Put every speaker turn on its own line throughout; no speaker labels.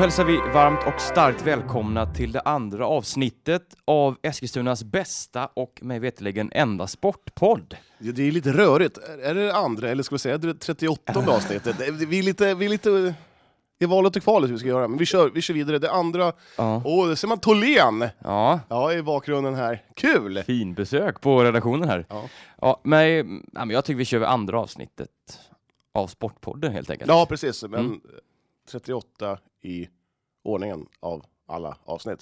hälsar vi varmt och starkt välkomna till det andra avsnittet av Eskilstunas bästa och mig veterligen enda sportpodd.
Ja, Det är lite rörigt. Är- Är det andra eller ska vi säga det 38 avsnittet? Det- Vi är lite... Vi är lite i valet och kvalet hur vi ska göra, men vi kör, vi kör vidare. Det andra... Åh,
Ja.
där ser man Tholén!
Ja,
Ja, i bakgrunden här. Kul!
fin besök på redaktionen här.
Ja.
Ja, men, ja, men jag tycker vi kör andra avsnittet av Sportpodden helt enkelt.
Ja, precis. Men
Mm.
38 i ordningen av alla avsnitt.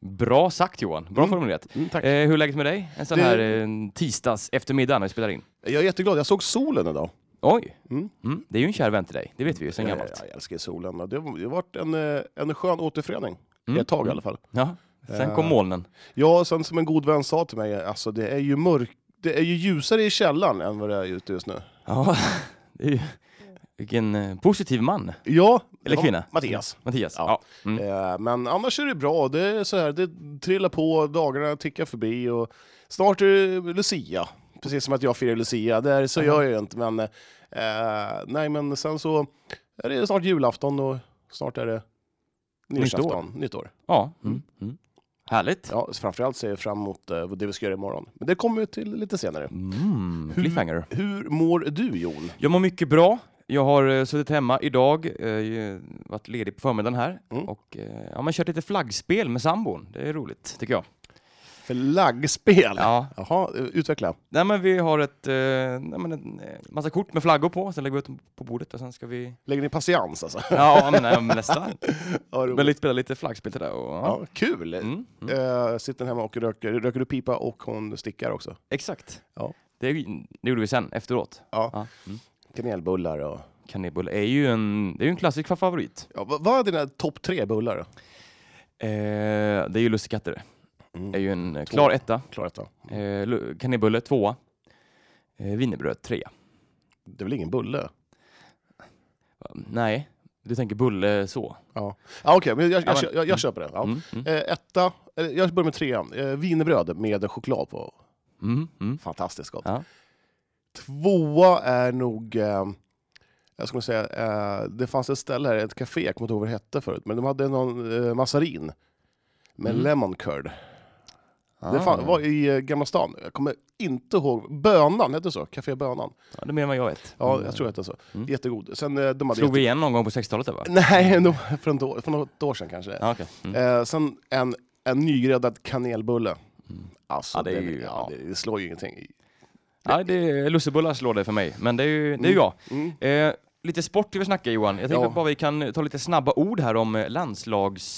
Bra sagt Johan, bra
Mm.
formulerat.
Mm, tack.
Eh, hur är läget med dig en sån
Det-
här eh, tisdags eftermiddag när vi spelar in?
Jag är jätteglad. Jag såg solen idag.
Oj,
Mm.
mm. det är ju en kär vän till dig, det vet vi ju sedan
Jag,
gammalt.
jag älskar solen. och Det har det har varit en, eh, en skön återförening.
Mm.
Ett tag i alla fall.
Ja, sen kom
Eh,
molnen.
Ja, sen som en god vän sa till mig, alltså det är ju mörk, det är ju ljusare i källaren än vad det är ute just nu.
Ja, det är ju... Vilken eh, positiv man,
Ja, det
eller
var
kvinna.
Mattias.
Mattias.
Ja.
Ja. Mm.
Eh, men annars är det bra, det är så här, det trillar på, dagarna tickar förbi och snart är det Lucia. Precis som att jag firar Lucia, där så gör jag ju inte men, eh, nej men sen så är det snart julafton och snart är det nyårsafton, nytt år.
Ja. Mm. Mm. Härligt.
Ja, så framförallt ser jag fram emot eh, det vi ska göra imorgon. Men det kommer vi till lite senare.
Mm. Cliffhanger.
Hur mår du Jon?
Jag mår mycket bra. Jag har eh, suttit hemma idag, eh, varit ledig på förmiddagen här
Mm.
och eh, ja, man kört lite flaggspel med sambon. Det är roligt tycker jag.
Flaggspel?
Ja.
Jaha, utveckla.
Nej, men vi har ett, eh, nej, men en eh, massa kort med flaggor på, sen lägger vi ut dem på bordet och sen ska vi...
Lägger ni patiens alltså?
Ja, men, nej, men nästan.
Ja, roligt.
Men lite- spela lite flaggspel till det. Och, ja.
ja, kul!
Mm. Mm.
Eh, sitter hemma och röker. Röker du pipa och hon stickar också?
Exakt.
Ja.
Det, det gjorde vi sen, efteråt.
Ja.
Mm.
Kanelbullar och...
Kanelbulle är ju en, det är ju en klassisk favorit.
Ja, vad, vad är dina topp tre bullar då?
Eh, det är ju lussekatter.
Mm.
Det är ju en eh,
Två.
klar etta.
Klarat då.
Eh, lu- kanelbulle tvåa. Eh, Wienerbröd trea.
Det är väl ingen bulle?
Va, Nej, du tänker bulle så.
Ah, Okej, men jag,
Ja,
jag,
men-
jag, jag,
mm.
jag köper det. Ja.
Mm, mm,
Eh, etta, eh, jag börjar med trean. Eh, Wienerbröd med choklad på.
mm, mm.
Fantastiskt gott.
Ja.
Tvåa är nog... Eh, jag skulle säga, eh, det fanns ett ställe här, ett café, jag kommer inte ihåg vad det hette förut, men de hade någon eh, massarin med
Mm.
lemon curd. Det
Ah.
fan, var i eh, Gamla stan, jag kommer inte ihåg, Bönan, hette det så? Café Bönan?
Ja, det är mer än vad jag vet.
Ja,
Mm.
jag tror det hette så.
Mm.
Jättegod. Sen eh, de hade...
Slog vi igen någon gång på 60-talet där va?
Nej, nog för, en då, för något år sedan kanske.
Ja, okej. mm.
Eh, sen en, en nygräddad kanelbulle.
Mm.
Alltså,
Ja, det
det,
är ju-
ja,
ja.
det, det slår ju ingenting.
Nej, det är, lussebullar slår det för mig, men det är ju, det är ju jag.
Mm.
Eh, lite sport vill vi snacka Johan. Jag tänkte
Ja.
att bara vi kan ta lite snabba ord här om eh,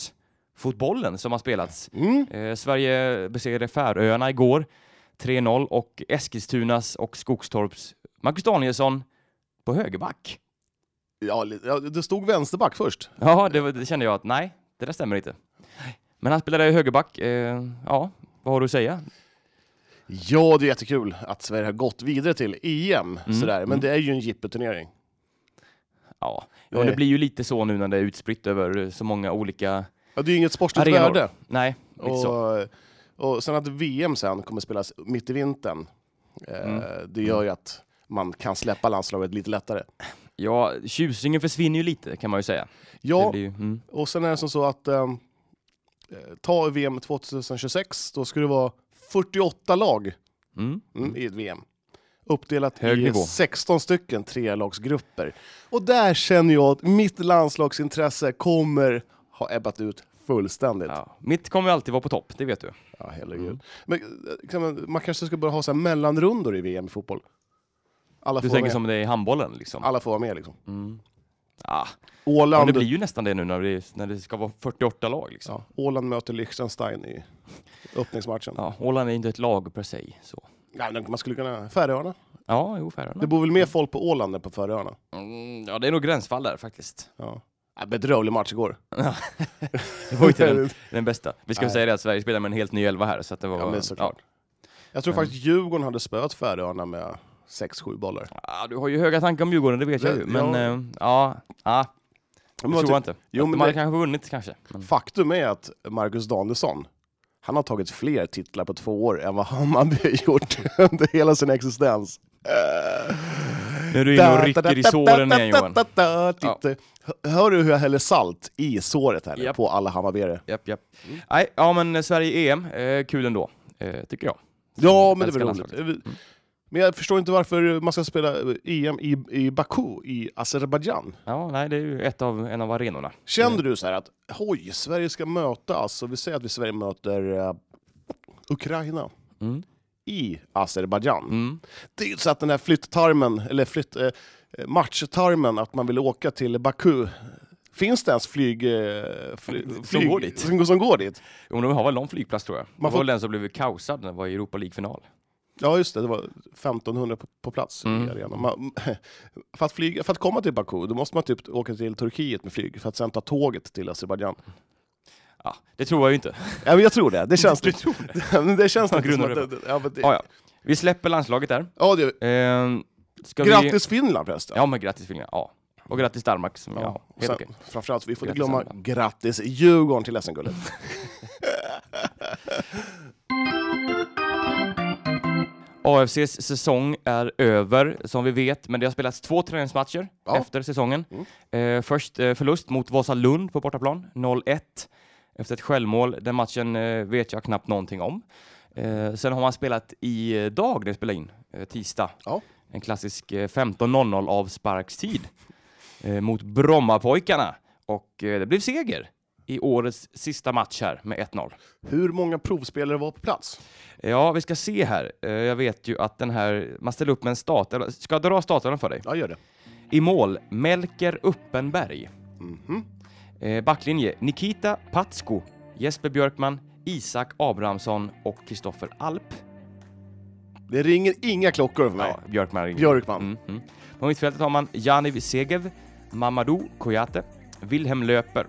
landslagsfotbollen som har spelats.
Mm.
Eh, Sverige besegrade Färöarna igår, 3-0 och Eskilstunas och Skogstorps Marcus Danielsson på högerback.
Ja, li- ja, det stod vänsterback först.
Ja, det, var- det kände jag att nej, det där stämmer inte. Men han spelade högerback. Eh, ja, vad har du att säga?
Ja, det är jättekul att Sverige har gått vidare till EM,
Mm.
sådär. men
Mm.
det är ju en jippoturnering.
Ja, ja det
Nej.
blir ju lite så nu när det är utspritt över eh, så många olika...
Ja, det är ju inget sportsligt
Arenor.
värde.
Nej, inte så.
Och, och sen att VM sen kommer spelas mitt i vintern, eh,
Mm.
det gör ju att man kan släppa landslaget lite lättare.
Ja, tjusningen försvinner ju lite kan man ju säga. Det
Ja,
blir ju, mm.
och sen är det som så att eh, ta VM 2026, då ska det vara 48 lag
Mm.
mm, i ett VM. Uppdelat
Hög
i
nivå.
16 stycken trelagsgrupper. Och där känner jag att mitt landslagsintresse kommer ha ebbat ut fullständigt. Ja,
Ja. Mitt kommer ju alltid vara på topp, det vet du.
herregud.
Mm.
Men, eh, kan man, man kanske ska börja ha så här mellanrundor i VM i fotboll. Alla
Du
får, vara
tänker
med.
som det är i handbollen liksom.
Alla får vara med liksom.
Mm. Ah, men det
Åland,
blir ju nästan det nu när det, när det ska vara 48 lag liksom.
ja, Åland möter Liechtenstein i öppningsmatchen.
Ja, Åland är inte ett lag per se. Så.
Ja, men man skulle kunna... Färöarna.
Ja, jo, Färöarna.
Det bor väl mer folk på Åland än på Färöarna?
Mm, ja, det är nog gränsfall där faktiskt.
Ja. Ja, bedrövlig match igår.
Det var ju inte den, den bästa. Vi ska väl
Nej.
säga det att Sverige spelar med en helt ny elva här, så att det var...
Ja, men såklart. Jag tror
Mm.
faktiskt Djurgården hade spöat Färöarna med 6-7 bollar.
Ja. Ah, du har ju höga tankar om Djurgården, det vet jag
Ja,
ju. Men
ja.
eh, ja, ja, det
Men
tror
vad
jag inte.
Jo,
de
men
hade
det- Mm.
kanske vunnit kanske. Men...
Faktum är att Marcus Danielsson, han har tagit fler titlar på två år än vad Hammarby har gjort under hela sin existens.
Nu är du inne och rycker i såren igen Johan.
Da, da, da, da, da, titta. Hör du hur jag häller salt i såret här nu
Japp.
på alla Hammarbyare?
Japp, japp. Nej, ja men eh, Sverige i EM, eh, kul ändå, eh, tycker jag.
Ja, men det
Älskar
var roligt. Men jag förstår inte varför man ska spela EM i, i Baku i Azerbajdzjan.
Ja, nej, det är ju ett av, en av arenorna.
Kände
Mm.
du så här att oj, Sverige ska möta, alltså vi säger att vi Sverige möter eh, Ukraina
Mm.
i Azerbajdzjan.
Mm.
Det är ju så att den här flytttarmen, eller flytt, eh, matchtarmen, att man vill åka till Baku. Finns det ens flyg, eh, fly,
Som
flyg-
går dit.
Som, som går dit?
Jo, de har väl någon flygplats tror jag.
Man
Man
får-
får... Det var väl den som blev kaosad när det var i Europa League-final.
Ja, just det. Det var 1500 på, på plats
Mm.
i arenan. Man, för, att flyga, för att komma till Baku, då måste man typ åka till Turkiet med flyg, för att sen ta tåget till Azerbajdzjan.
Ja, det tror jag ju inte.
Ja, men jag tror det. Det känns,
Du
lite-
tror det?
Men det känns lite som
grundar
att...
det
det- Ja, men det,
Ja, ja. Vi släpper landslaget där.
ja, det,
Eh, ska Vi...
grattis Finland förresten!
Ja, men grattis Finland. Ja. Och grattis Danmark. Som... Ja.
och
helt
sen,
okej.
Framförallt, vi får inte
Grattis,
glömma
Anna.
grattis Djurgården till SM-guldet.
AFCs säsong är över, som vi vet, men det har spelats två träningsmatcher
Ja.
efter säsongen.
Mm.
Eh, först eh, förlust mot Vasalund på bortaplan, 0-1, efter ett självmål. Den matchen eh, vet jag knappt någonting om. Eh, sen har man spelat i eh, dag, när vi spelar in, eh, tisdag.
Ja.
En klassisk eh, 15.00 avsparkstid eh, mot Brommapojkarna. Och eh, det blev seger i årets sista match här med 1-0.
Hur många provspelare var på plats?
Ja, vi ska se här. Eh, Jag vet ju att den här, man ställer upp med en stat. eller- Ska jag dra staterna för dig?
Ja, gör det.
I mål, Melker Uppenberg.
Mhm.
Eh, Backlinje, Nikita Patsko, Jesper Björkman, Isak Abrahamsson och Kristoffer Alp.
Det ringer inga klockor för mig.
Ja, Björkman ringer.
Björkman.
Mm, mm. På mittfältet har man Janiv Segev, Mamadou Kojate, Wilhelm Löper.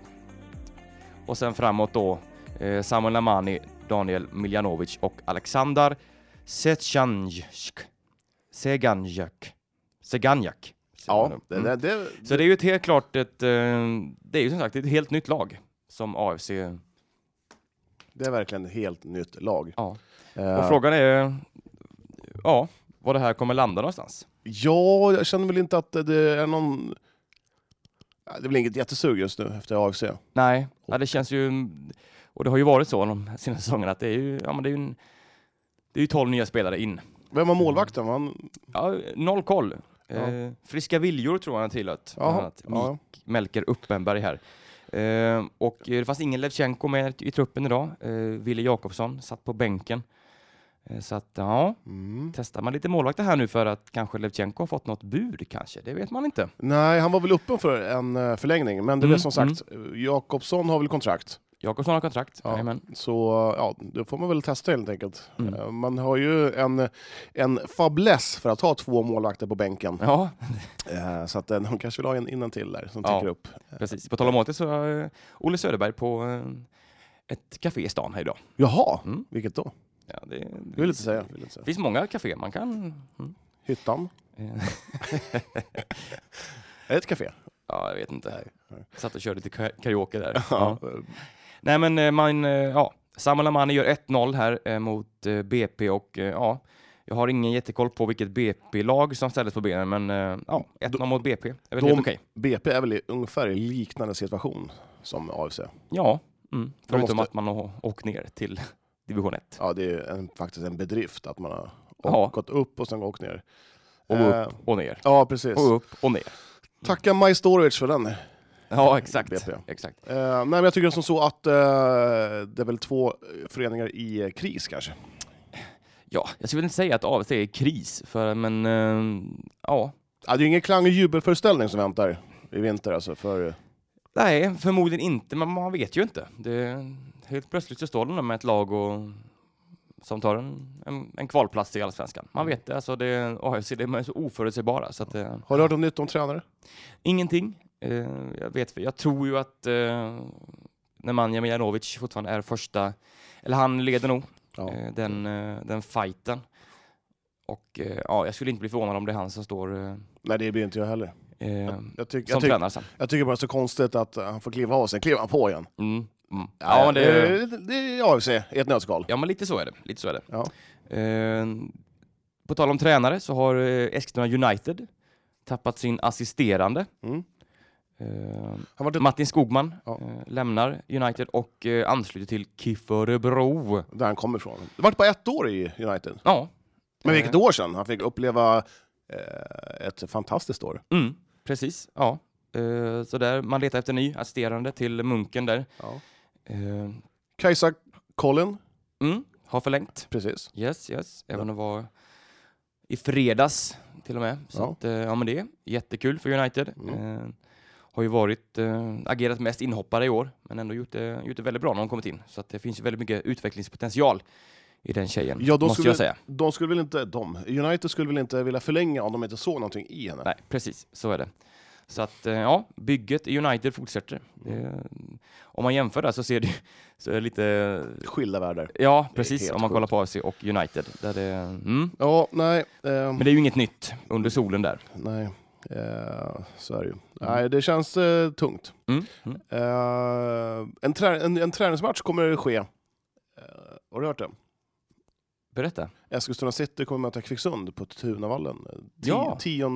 Och sen framåt då eh, Samuel Lamani, Daniel Miljanovic och Alexander Seganjak. Seganjak. Seganjak.
Ja, det,
Mm.
det, det,
Så det är ju ett helt klart ett, eh, det är ju som sagt ett helt nytt lag som AFC.
det är verkligen ett helt nytt lag.
Ja. Och
Eh,
frågan är, ja, var det här kommer landa någonstans.
ja, jag känner väl inte att det är någon... Ja, Det är väl inget jättesug just nu efter AFC.
Nej, ja, det känns ju... Och det har ju varit så de senaste säsongerna att det är ju, ja, men det är ju, en, det är ju 12 nya spelare in.
Vem var målvakten? Var han...
Ja, noll koll.
Ja.
Eh, friska viljor tror jag han har tillhört. bland
Jaha,
annat.
ja.
Melker Uppenberg här. Eh, och eh, det fanns ingen Levchenko med i truppen idag. Eh, Wille Jakobsson satt på bänken. Eh, så att ja,
Mm.
testar man lite målvakter här nu för att kanske Levchenko har fått något bud kanske? Det vet man inte.
Nej, han var väl öppen för en eh, förlängning, men det är
Mm,
som sagt, Jakobsson har väl kontrakt.
Jakobsson har kontrakt.
Ja.
Jajamän.
Så ja, då får man väl testa helt enkelt.
Mm.
Eh, Man har ju en, en fabless för att ha två målvakter på bänken.
ja,
Eh, Så att eh, de kanske vill ha en innan till där som
Ja.
täcker upp.
Precis. På tal om AT så är Olle Söderberg på eh, ett café i stan här idag.
Jaha,
Mm.
vilket då?
Ja, det, det
Det vill
finns,
inte säga. Vill inte säga.
finns många café man kan... Mm.
Hyttan? Mm.
Eh,
Är det ett café?
Ja, jag vet inte.
nej.
Satt och körde lite ka- karaoke där.
Ja.
Ja. Nej, men eh, man... eh, Ja, Samuel Amani gör 1-0 här eh, mot eh, BP och eh, ja, jag har ingen jättekoll på vilket BP-lag som ställdes på benen, men eh, ja, 1-0 mot BP är väl
de-
helt okej.
BP är väl i ungefär i liknande situation som AFC.
Ja, mm, förutom
måste-
att man har åkt ner till division 1.
Ja, det är ju en, faktiskt en bedrift att man har
Ja.
gått upp och sen åkt ner.
Och
Eh,
upp och ner.
Ja, precis.
Och upp och ner.
Tacka Maj Storovic för den.
Ja, exakt.
BP.
exakt.
Eh, nej, men jag tycker som så att eh, det är väl två eh, föreningar i eh, kris kanske.
Ja, jag skulle inte säga att AFC är i kris, för, men eh, ja.
Ja, det är ju ingen klang och jubelföreställning som väntar i vinter alltså. För, eh,
Nej, förmodligen inte, men man vet ju inte. Det, helt plötsligt så står de där med ett lag och, som tar en, en, en kvalplats till Allsvenskan. Man vet det, alltså det, AFC det är så oförutsägbara. Så att, eh,
har du hört om nytt om tränare?
ingenting. Eh, jag, vet, jag tror ju att eh, Nemanja Mijanovic fortfarande är första, eller han leder nog
Ja.
eh, den, eh, den fighten. Och eh, ja, jag skulle inte bli förvånad om det är han som står eh,
Nej, det blir inte jag heller.
eh,
Jag,
som
tyck, jag, tyck,
tränare sen.
jag tycker bara det är så konstigt att eh, han får kliva av, sen kliver han på igen.
Mm. Mm. Ja, men det,
eh, det, det är AFC i ett nötskal.
ja, men lite så är det. Lite så är det.
Ja.
Eh, på tal om tränare så har eh, Eskilstuna United tappat sin assisterande.
Mm.
Eh,
Han var
Martin Skogman
Ja.
eh, lämnar United och eh, ansluter till KIF Örebro.
där han kommer ifrån. Det var bara ett år i United.
Ja.
Men
Eh,
vilket år sedan! Han fick uppleva eh, ett fantastiskt år.
Mm, precis, ja. Eh, så där, man letar efter ny assisterande till Munken där.
Ja.
Eh,
Kajsa Collin,
mm, har förlängt.
precis.
Yes, yes. Även
Ja.
om det var i fredags till och med. Så
Ja.
ja. Att, eh, ja, men det är jättekul för United.
Mm.
Eh, har ju varit, eh, agerat mest inhoppare i år, men ändå gjort det, gjort det väldigt bra när hon kommit in. Så att det finns ju väldigt mycket utvecklingspotential i den tjejen,
Ja, de
måste
skulle-
jag säga.
De skulle väl inte, de, United skulle väl inte vilja förlänga om de inte såg någonting i henne.
Nej, precis, så är det. Så att eh, ja, bygget i United fortsätter.
Mm.
Det, om man jämför där så ser det ju- så är det lite,
Skilda världar.
ja
Det är
precis,
helt
om man
sjukt.
kollar på AFC och United. Där det, mm.
Ja, nej. ehm.
Men det är ju inget nytt under solen där.
Nej, eh, så är det ju. Nej, det känns eh, tungt.
Mm. Mm.
Eh, en, trä- en, en träningsmatch kommer det ske. Eh, har du hört det?
Berätta.
Eskilstuna City kommer möta Kvicksund på Tunavallen. Eh, Ti-
Ja.
10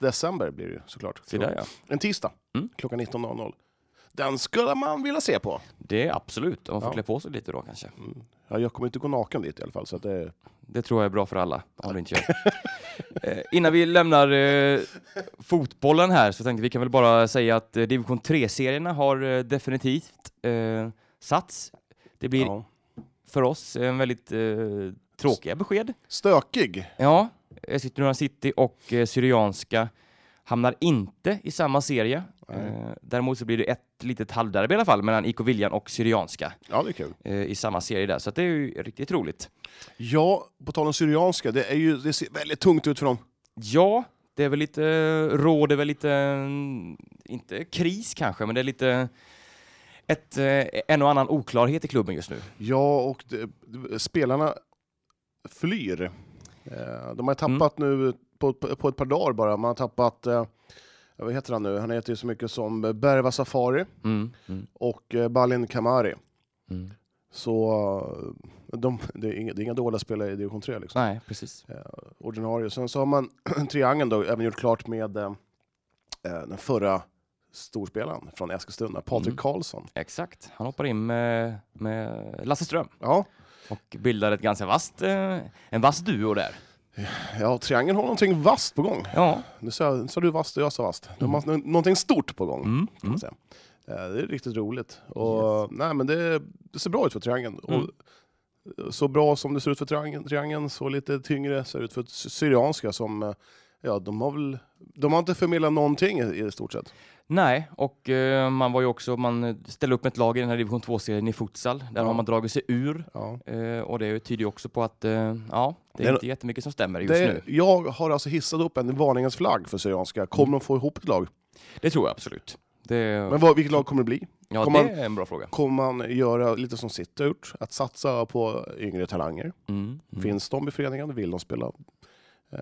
december blir det ju såklart.
Se där ja.
En tisdag,
Mm.
klockan 19.00. Den skulle man vilja se på.
Det är absolut, om man får
Ja.
klä på sig lite då kanske.
Mm. Ja, jag kommer inte gå naken dit i alla fall. Så att det,
Det tror jag är bra för alla, om du inte gör. eh, innan vi lämnar eh, fotbollen här så tänkte vi kan väl bara säga att eh, division 3-serierna har eh, definitivt eh, satts. Det blir
ja.
för oss en väldigt eh, tråkiga besked.
Stökig.
Ja, Eskilstuna City och eh, Syrianska hamnar inte i samma serie.
Nej.
Eh, däremot så blir det ett litet halvderby i alla fall mellan IK Viljan och Syrianska
Ja, det är kul.
eh, i samma serie där, så att det är ju riktigt roligt.
Ja, på tal om Syrianska, det, är ju, det ser väldigt tungt ut för dem.
Ja, det är väl lite, råder väl lite, mm, inte kris kanske, men det är lite ett, eh, en och annan oklarhet i klubben just nu.
Ja, och det, det- spelarna flyr. Eh, De har tappat nu på, på på ett par dagar bara. Man har tappat, eh, vad heter han nu? Han heter ju så mycket som Berva Safari
Mm, mm,
och eh, Balin Kamari.
mm.
Så eh, de, det, är inga, det är inga dåliga spelare i division 3 liksom.
Nej, precis.
Ordinarie. Sen så har man triangeln då även gjort klart med eh, eh, den förra storspelaren från Eskilstuna, Patrik
Mm.
Karlsson.
Exakt. Han hoppar in med, med Lasse Ström.
Ja,
och bildar ett ganska vast, eh, en vass duo där.
ja, triangeln har någonting vasst på gång.
Ja,
Nu sa, nu sa du vasst och jag sa vasst. De har nå- någonting stort på gång.
mm,
Kan man
mm.
säga. Eh, Det är riktigt roligt. Och, nej, men det, det ser bra ut för triangeln.
Mm.
Och, så bra som det ser ut för triangeln, triangeln så lite tyngre ser det ut för Sy- Syrianska som eh, Ja, de har väl... De har inte förmedlat någonting i, i stort sett.
nej, och eh, man var ju också, man ställde upp ett lag i den här division 2-serien i futsal. Där
Ja.
har man dragit sig ur
Ja.
eh, och det tyder ju också på att, eh, ja, det är
Det är-
inte jättemycket som stämmer just
Det,
nu.
jag har alltså hissat upp en varningens flagg för Syrianska. Kommer de få ihop ett lag?
Det tror jag absolut. Det,
Men vad, vilket lag kommer det bli?
ja,
kommer
det är en bra fråga.
Kommer man göra lite som City har gjort? Att satsa på yngre talanger?
Mm, mm.
Finns de i föreningen? Vill de spela? Eh,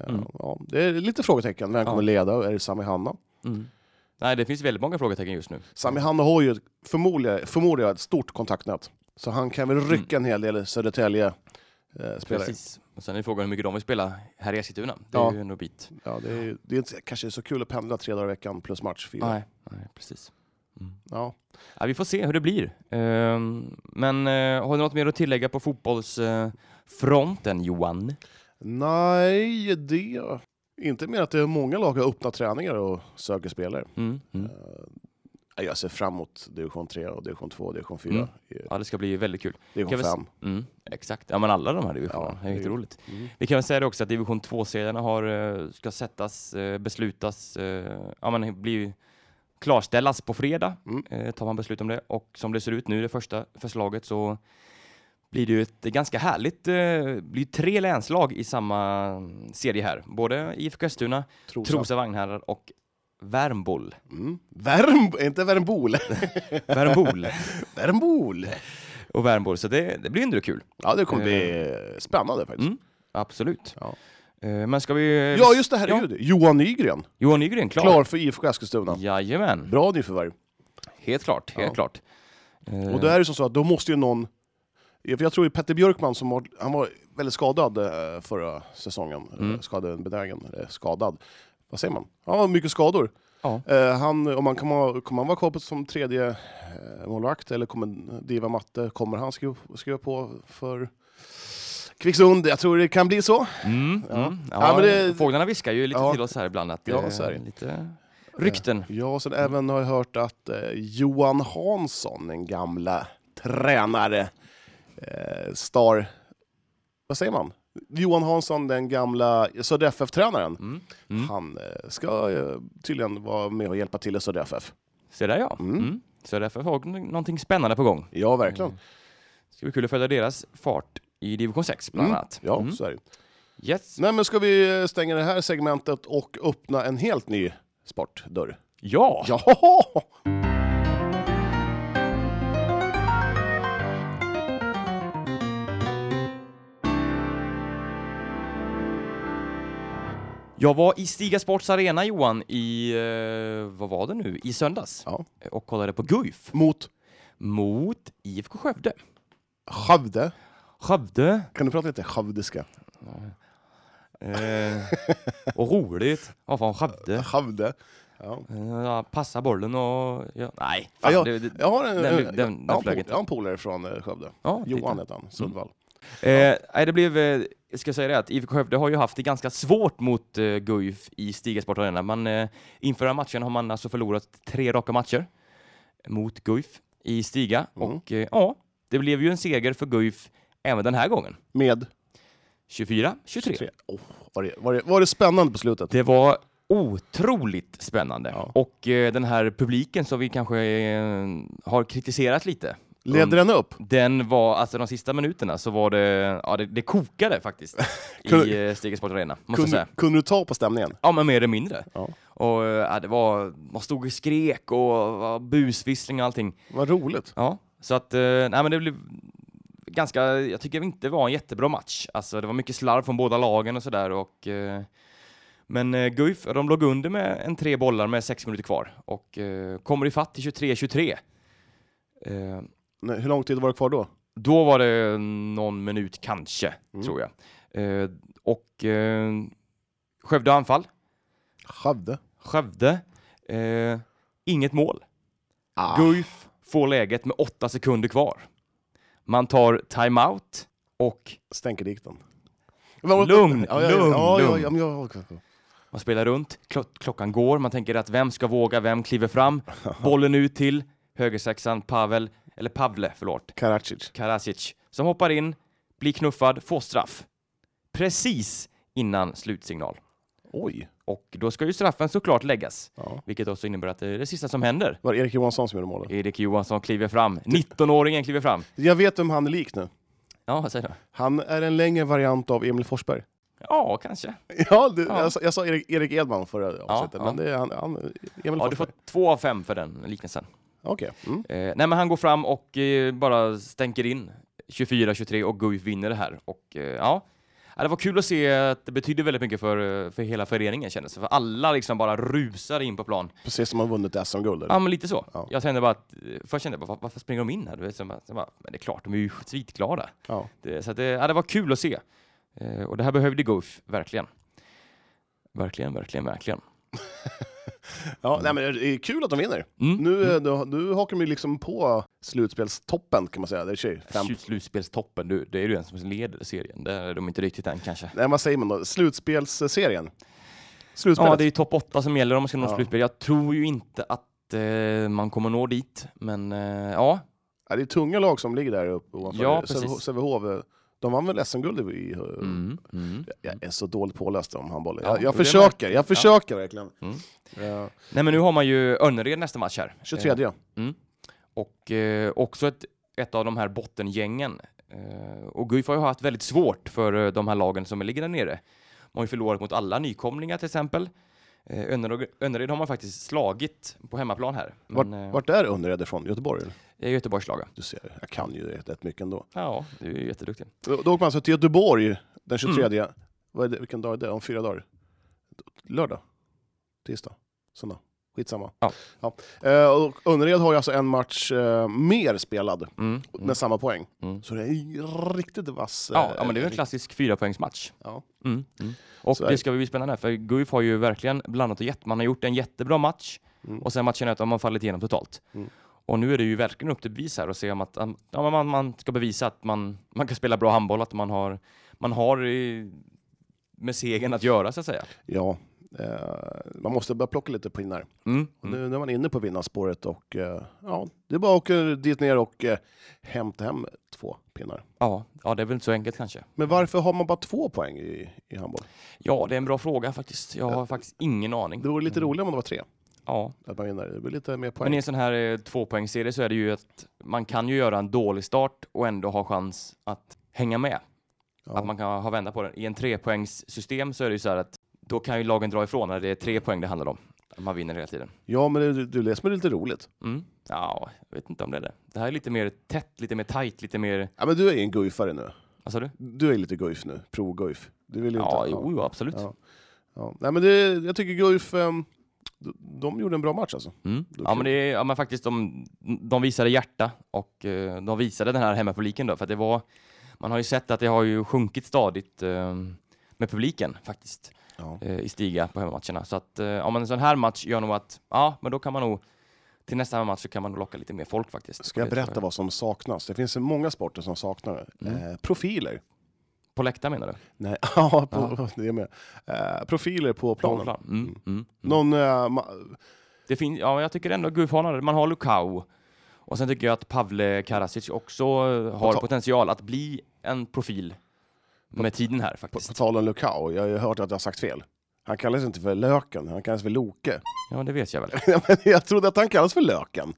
Mm.
Ja, det är lite frågetecken. Vem
Ja.
kommer leda? Är det Sami Hanna?
Mm. Nej, det finns väldigt många frågetecken just nu.
Sami Hanna har ju ett- förmodligen, förmodligen ett stort kontaktnät. Så han kan väl rycka en hel del eh, Södertälje-spelare.
Mm. Precis. Och sen är frågan hur mycket de vill spela här i Eskilstuna. Det är
Ja.
ju en bit.
ja, det är, ju- det är inte kanske så kul att pendla tre dagar i veckan plus match fyra.
Nej, nej, precis. Mm.
Ja.
Ja, vi får se hur det blir. Ehm, men eh, har du något mer att tillägga på fotbollsfronten, Johan?
Nej, det... Inte mer att det är många lag har öppna träningar och söker spelare.
Mm. Mm.
Eh, Jag ser fram emot division 3, och division 2, division 4,
Mm.
eh,
Ja, det ska bli väldigt kul.
division
Kan vi s-
5.
Mm, exakt. Ja, men alla de här divisionerna.
Ja,
det är
det är-
roligt.
Mm.
Vi kan väl säga det också att division 2-serierna har, eh, ska sättas, eh, beslutas, eh, ja men blir klarställas på fredag.
Mm.
Eh, tar man beslut om det. Och som det ser ut nu, det första förslaget, så blir det ju ett ganska härligt, eh, blir tre länslag i samma serie här. Både IFK Östuna,
Trosa.
Trosa Vagnherrar och Värmboll.
Mm. Värmb... Inte Värmbol.
Värmbol
Värmbol!
och Värmboll, så det, det blir ändå kul.
Ja, det kommer bli spännande faktiskt.
Mm. Absolut.
Ja.
Eh, Men ska vi...
Ja, just det, herregud. Johan Nygren,
Johan Nygren, klar. Mm.
klar, för IFK Eskilstuna.
Jajamän,
Bra nyförvärv.
helt klart, helt
Ja.
klart. Eh,
Och då är det som så att då måste ju någon... För jag tror ju Petter Björkman, som var, han var väldigt skadad eh, förra säsongen.
Mm.
Mm. Skadebenägen. eh, Skadad. Vad säger man? Ja, mycket skador.
Ja.
Eh, han, om han kommer, kommer han vara kvar på som tredje eh, målvakt eller kommer Diva Matte, kommer han skriva, skriva på för Kvicksund? Jag tror det kan bli så.
Mm,
Ja.
mm.
Ja,
Ja,
men det-
Fåglarna viskar ju lite
Ja.
till oss här ibland att
Ja,
eh,
så är det.
lite rykten.
Ja, och sen även har jag hört att eh, Johan Hansson, den gamla tränare, eh, star... Vad säger man? Johan Hansson, den gamla Södra FF-tränaren,
Mm. Mm.
han eh, ska eh, tydligen vara med och hjälpa till i Södra FF.
Så där ja.
Mm.
Mm. Så därför har vi någonting spännande på gång.
Ja, verkligen.
Mm. Det ska bli kul att följa deras fart i division 6 bland
Mm.
annat.
Ja,
Mm.
så är det.
Yes.
Nej, men ska vi eh, stänga det här segmentet och öppna en helt ny sportdörr?
Ja.
Ja!
Jag var i Stiga Sports Arena Johan i, eh, vad var det nu, i söndags
ja.
och kollade på Guif
Mot
mot IFK Skövde.
Skövde.
Skövde.
Kan du prata lite skövdeska?
Eh, och roligt. Vad fan, Skövde.
Skövde. Ja.
Eh, passa bollen och... Ja, nej,
Ja,
fan,
jag,
det, det,
jag har en,
den-
eh,
den- den
jag, har en
flög
pol-
inte.
jag har en polare från eh, Skövde.
ja, titta.
Johan heter han, Sundvall.
Eh, nej, det blev, eh, jag ska säga det, att IFK Skövde har ju haft det ganska svårt mot eh, Guif i Stiga Sport Arena. Man, eh, inför den här matchen har man alltså förlorat tre raka matcher mot Guif i Stiga.
Mm.
Och eh, ja, det blev ju en seger för Guif även den här gången.
Med
24-23.
tre. Oh, var, det, var, det, var det spännande på slutet?
Det var otroligt spännande.
Ja.
Och eh, den här publiken som vi kanske eh, har kritiserat lite.
Leder den upp?
Den var, alltså de sista minuterna så var det, ja det, det kokade faktiskt i
Kunde-
eh, Stiga Sport Arena, måste jag säga.
Kunde, kunde du ta på stämningen?
Ja men mer eller mindre.
Ja.
Och eh, ja, det var, man stod och skrek och var busvissling och allting.
Vad roligt.
Ja, så att, eh, nej men det blev ganska, jag tycker inte det var en jättebra match. Alltså det var mycket slarv från båda lagen och sådär och eh, men eh, Guif, de låg under med en tre bollar med sex minuter kvar och eh, kommer ifatt till 23-23. Eh,
Nej, Hur lång tid var det kvar då?
då var det någon minut kanske,
Mm.
tror jag. Eh, och eh, Skövde anfall,
Skövde?
Skövde, eh, inget mål.
Ah.
Guif får läget med åtta sekunder kvar. Man tar timeout och
Stänker dikten. Men-
Lugn,
ja, ja,
lugn,
ja, ja,
lugn.
ja, men jag-
man spelar runt. Klo- klockan går, man tänker att vem ska våga, vem kliver fram? Bollen ut till högersexan Pavel, eller Pavle, förlåt,
Karadzic.
Karasic, som hoppar in, blir knuffad, får straff. Precis innan slutsignal.
Oj.
Och då ska ju straffen såklart läggas,
Ja.
vilket också innebär att det är det sista som händer.
Var det Erik Johansson som gjorde målet?
Erik Johansson kliver fram. 19-åringen kliver fram.
Jag vet vem han är lik nu.
Ja, säg då.
Han är en längre variant av Emil Forsberg.
Ja, kanske.
Ja, det,
Ja.
Jag, sa, jag sa Erik, Erik Edman förra avsnittet, men det är han, han Emil
Ja,
Forsberg.
du får två av fem för den liknelsen.
Okej. Mm.
Eh, nej, men han går fram och eh, bara stänker in 24-23 och Guif vinner det här. Och eh, ja, Ja, det var kul att se att det betydde väldigt mycket för, eh, för hela föreningen kändes det. För alla liksom bara rusar in på plan.
Precis som han vunnit SM-guld. eller?
Ja, men lite så.
Ja.
Jag kände bara att, eh, först kände jag bara, "Va- varför springer de in här? Du vet, sen bara, sen bara, men det är klart, de är ju svitglada.
Ja.
Det, så att det, ja, det var kul att se. Eh, och det här behövde Guif, verkligen. Verkligen, verkligen, verkligen.
Ja, nej, men det är kul att de vinner.
Mm.
Nu, eh, nu, nu hakar de ju liksom på slutspelstoppen kan man säga. Det är tjej, fem.
Slut- Slutspelstoppen, du, det är ju den som leder serien. Där är de inte riktigt än kanske.
Nej, vad säger man då? Slutspelsserien? Slutspelet?
Ja, det är ju topp 8 som gäller om man ska nå
Ja.
slutspel. Jag tror ju inte att eh, man kommer nå dit, men eh, ja,
ja, det är tunga lag som ligger där uppe ovanför.
Ja,
Sävehof-
precis.
Sävehof, eh, de vann väl SM-guld i... eh,
mm, mm.
Jag är så dåligt påläst om handboll.
Ja,
jag,
jo,
jag
det är
försöker, jag försöker verkligen.
Mm.
Ja,
Nej, men nu har man ju Önnered nästa match här.
23.
Eh, och eh, också ett, ett av de här bottengängen. Eh, och Guif har ju haft väldigt svårt för eh, de här lagen som ligger där nere. Man har ju förlorat mot alla nykomlingar till exempel. Eh, Önnered, Önnered har man faktiskt slagit på hemmaplan här. Men, eh,
Vart är Önnered ifrån? Göteborg? eller?
Det är Göteborgslaga.
Du ser, jag kan ju rätt mycket ändå.
Ja, du är ju jätteduktig.
Då, då åker man alltså till Göteborg
Mm.
den 23. Vad är det, vilken dag är det? Om fyra dagar? Lördag? Tisdag? Söndag? Skitsamma.
Ja.
Eh, och Önnered har ju alltså en match eh, mer spelad
Mm.
med samma poäng.
Mm.
Så det är ju riktigt vass.
Ja,
eh,
ja, men det är ju en klassisk fyrapoängsmatch.
Ja.
Mm. Mm. Och
Så är
det
det.
ska bli spännande, för Guif har ju verkligen blandat och gett. Man har gjort en jättebra match
Mm.
och sen matchen efter har man fallit igenom totalt.
Mm.
Och nu är det ju verkligen upp till bevis här och se om att um, ja, men man, man ska bevisa att man, man kan spela bra handboll, att man har, man har eh, med segern att göra så att säga.
ja. Eh, man måste börja plocka lite pinnar.
Mm.
Och
Mm.
Nu, nu är man inne på vinnarspåret och eh, ja, det är bara att åka dit ner och eh, hämta hem två pinnar.
Ja, ja, det är väl inte så enkelt kanske.
Men varför har man bara två poäng i, i handboll?
Ja, det är en bra fråga faktiskt. Jag har faktiskt ingen aning.
Det vore lite roligare om det var tre,
Ja.
att man vinner. Det blir lite mer
Men i
poäng.
en sån här eh, tvåpoängsserie så är det ju att man kan ju göra en dålig start och ändå ha chans att hänga med.
Ja.
Att man kan ha vända på den. I en trepoängssystem så är det ju så här att då kan ju lagen dra ifrån när det är tre poäng det handlar om. Att Man vinner hela tiden.
Ja, men det, du läser med lite roligt.
Mm. Ja, jag vet inte om det är det. Det här är lite mer tätt, lite mer tajt, lite mer...
Ja, men du är ju en guifare nu.
Vad sa du?
Du är lite guif nu, pro-guif. Du vill ju inte...
Ja, jo, jo, absolut.
Ja. Ja. Nej, men det, jag tycker guif, ehm, de, de gjorde en bra match alltså.
Mm.
Då
Ja,
kul.
men det är, ja, men faktiskt de, de visade hjärta och eh, de visade den här hemmapubliken då, för att det var, man har ju sett att det har ju sjunkit stadigt eh, med publiken faktiskt
Ja.
eh, i stiga på hemmamatcherna. Så att eh, ja, men en sån här match gör nog att, ja, men då kan man nog till nästa match så kan man nog locka lite mer folk faktiskt. Eh, Och
Ska jag
det tror
berätta vad som saknas? Det finns många sporter som saknar
Mm.
eh, profiler.
På läktaren menar du?
Nej, ja, på, det är med. Eh, profiler på planen.
Plan. Mm, mm, mm.
Någon, eh, ma-
Det finns, ja, jag tycker ändå Guif har några- man har Lukau och sen tycker jag att Pavle Karasic också eh, har
ta-
potential att bli en profil med tiden här
på,
faktiskt.
på tal om Lukau, jag har ju hört att jag har sagt fel. Han kallas inte för Löken, han kallas för Loke.
Ja, det vet jag väl.
Ja, men jag trodde att han kallas för Löken.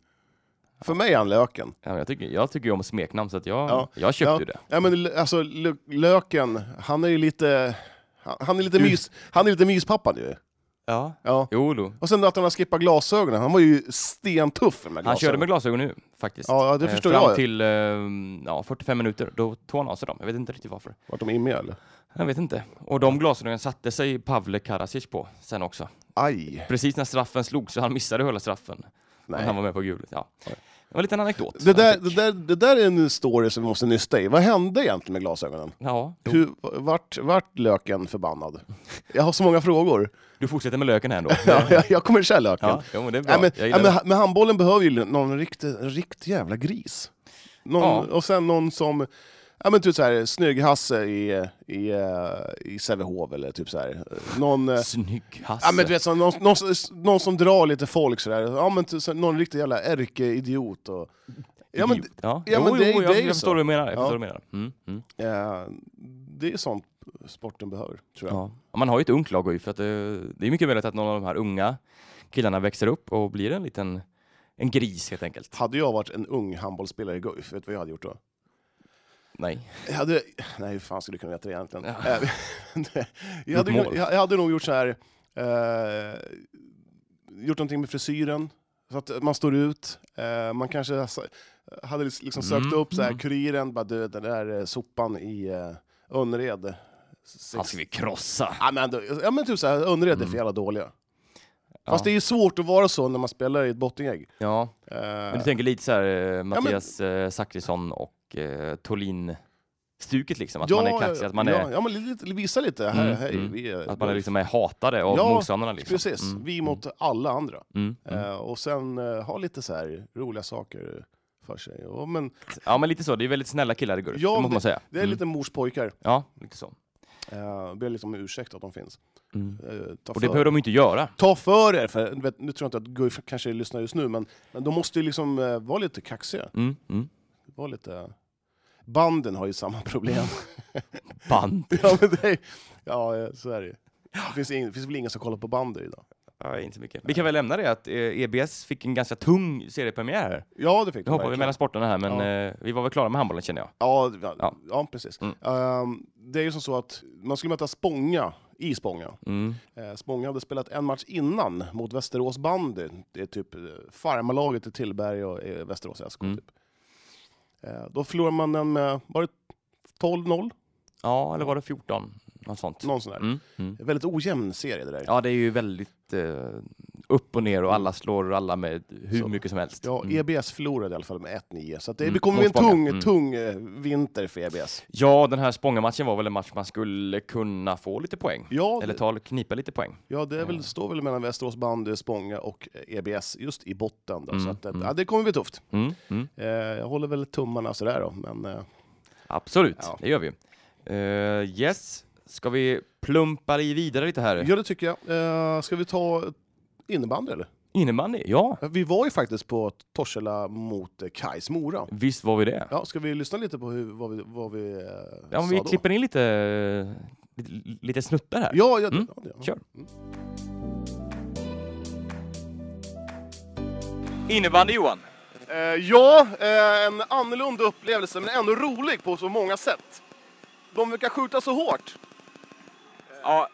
För mig är han Löken.
Ja, men jag, tycker, jag tycker ju om smeknamn så att jag,
Ja.
jag köpte ju det.
Ja, men, l- alltså, Lu- Löken, han är ju lite... Han, han är lite,
Du-
mys, han är lite myspappa nu.
Ja.
Ja.
Jo, då.
Och sen att han har skippat glasögonen, han var ju stentuff med glasögonen.
Han körde med glasögon nu faktiskt.
Ja, ja, det
Eh,
förstår
Fram
jag.
till eh, ja, 45 minuter, då tog han av sig dem. Jag vet inte riktigt varför.
Vart de inne eller?
Jag vet inte. Och de glasögonen satte sig Pavle Karasic på sen också.
Aj.
Precis när straffen slog så han missade hela straffen. Men han
Nej.
var med på gulet. Ja. Det var en liten anekdot.
Det där,
jag
det,
fick.
där, det där är en story som vi måste nysta i. Vad hände egentligen med glasögonen?
Ja, då,
Hur, vart, vart löken förbannad? Jag har så många frågor.
du fortsätter med löken här ändå.
Ja, jag, jag kommer källa löken.
ja, jo, men det är bra.
Nej, men,
jag
nej,
gillar
men,
det.
ha- men handbollen behöver ju någon riktig, en riktig jävla gris. Någon,
Ja.
Och sen någon som, ja men typ såhär, snygg-Hasse i, i, eh, i Sävehof eller typ såhär. Någon, eh,
Snygg Hasse.
ja, men, du vet, så, någon, någon, som- någon som drar lite folk sådär. Ja, men, typ så, någon riktig jävla ärkeidiot. Och, ja, men,
Idiot. ja.
ja,
jo,
men
jo,
det
jag,
är- det är ju
jag
så.
förstår vad du menar. Jag
Ja.
förstår vad du menar. Mm, mm.
eh, det är sånt sporten behöver, tror jag.
Ja. Man har ju ett ungt lag ju, för att det, det är mycket möjligt att någon av de här unga killarna växer upp och blir en liten en gris helt enkelt.
Hade jag varit en ung handbollsspelare i Guif, vet du vad jag hade gjort då?
Nej.
Jag hade, nej, hur fan skulle du kunna veta det egentligen?
Ja.
Eh, jag, hade,
Gjort mål.
jag, jag hade nog gjort så här, eh, gjort någonting med frisyren, så att man står ut. Eh, man kanske s- hade liksom sökt
Mm.
upp så här,
Mm.
kuriren, bara du, den där eh, sopan i eh, Önnered. Sex-
Han ska vi Mm. krossa.
Ja, men, då- ja men typ såhär, Önnered är för jävla dåliga. Fast det är ju svårt att vara så när man spelar i ett bottenägg.
Ja,
Eh,
men du tänker lite så här eh, Mattias eh, Zachrisson och eh, Tolin stuket liksom, att man är kaxig, att man,
ja,
är,
ja, men lite, visa lite, här,
Mm,
hej,
mm.
vi eh, är
att man är liksom är hatade av
Ja,
motståndarna. Liksom.
Precis,
Mm,
vi mot alla andra.
Mm, mm.
Eh, och sen eh, ha lite så här roliga saker för sig. Och, men
Ja, men lite så. Det är väldigt snälla killar i Gurf,
Ja,
det
men
måste man säga.
det är
Mm.
lite mors pojkar.
Ja, lite så. Mm.
Eh, ber lite om ursäkt att de finns. Eh, ta,
Och det
för,
behöver de ju inte göra.
ta för er, för du vet, nu tror jag inte att Guif kanske lyssnar just nu, men, men de måste ju liksom eh, vara lite kaxiga.
Mm, mm.
Vara lite... Banden har ju samma problem.
Band.
ja, men det är, ja, eh, så är det ju. Det finns, ing, det finns väl ingen som kollar på bandy idag?
Ja, inte så mycket. Vi kan väl lämna det att eh, EBS fick en ganska tung seriepremiär här.
Ja, det fick
Nu
de
hoppar vi
verkligen.
mellan sporterna här, men
Ja.
eh, vi var väl klara med handbollen känner jag.
Ja, det- ja,
Ja.
ja precis.
Mm.
Ehm, det är ju som så att man skulle möta Spånga i Spånga.
Mm.
Eh, Spånga hade spelat en match innan mot Västerås bandy. Det är typ eh, farmarlaget i Tillberg och eh, Västerås SK.
Mm.
Typ. Eh, då förlorar man den med, var det 12-0?
Ja, eller var det 14? Något sånt.
Någon sån där.
Mm. Mm.
Väldigt ojämn serie det där.
Ja, det är ju väldigt eh, upp och ner och alla slår alla med hur
Mm. Så.
mycket som helst.
Ja,
Mm.
EBS förlorade i alla fall med 1-9, så att det
Mm,
kommer bli en
motståndare.
tung,
Mm.
tung eh, vinter för EBS.
Ja, den här Spånga-matchen var väl en match man skulle kunna få lite poäng.
Ja,
Eller Mm.
det-
ta, knipa lite poäng.
Ja, det är väl, står väl mellan Västerås bandy, Spånga och eh, EBS just i botten. Då, så
Mm,
att, eh,
mm.
ja, det kommer bli tufft.
Mm, mm.
Eh, jag håller väl tummarna sådär då, men eh,
Absolut,
Ja.
det gör vi. Eh, yes, ska vi plumpa i vidare lite här?
ja, det tycker jag. Eh, ska vi ta innebandy eller?
Innebandy, ja.
Eh, Vi var ju faktiskt på Torshälla mot eh, Kais Mora.
Visst var vi det.
Ja, ska vi lyssna lite på hur, vad vi, vad vi eh,
Ja, men
sa
vi
då?
klipper in lite, lite, lite snuttar här.
Ja, ja,
Mm.
ja, det-
Kör. Innebandy Johan.
Eh, ja, eh, en annorlunda upplevelse men ändå rolig på så många sätt. De brukar skjuta så hårt.
Ja,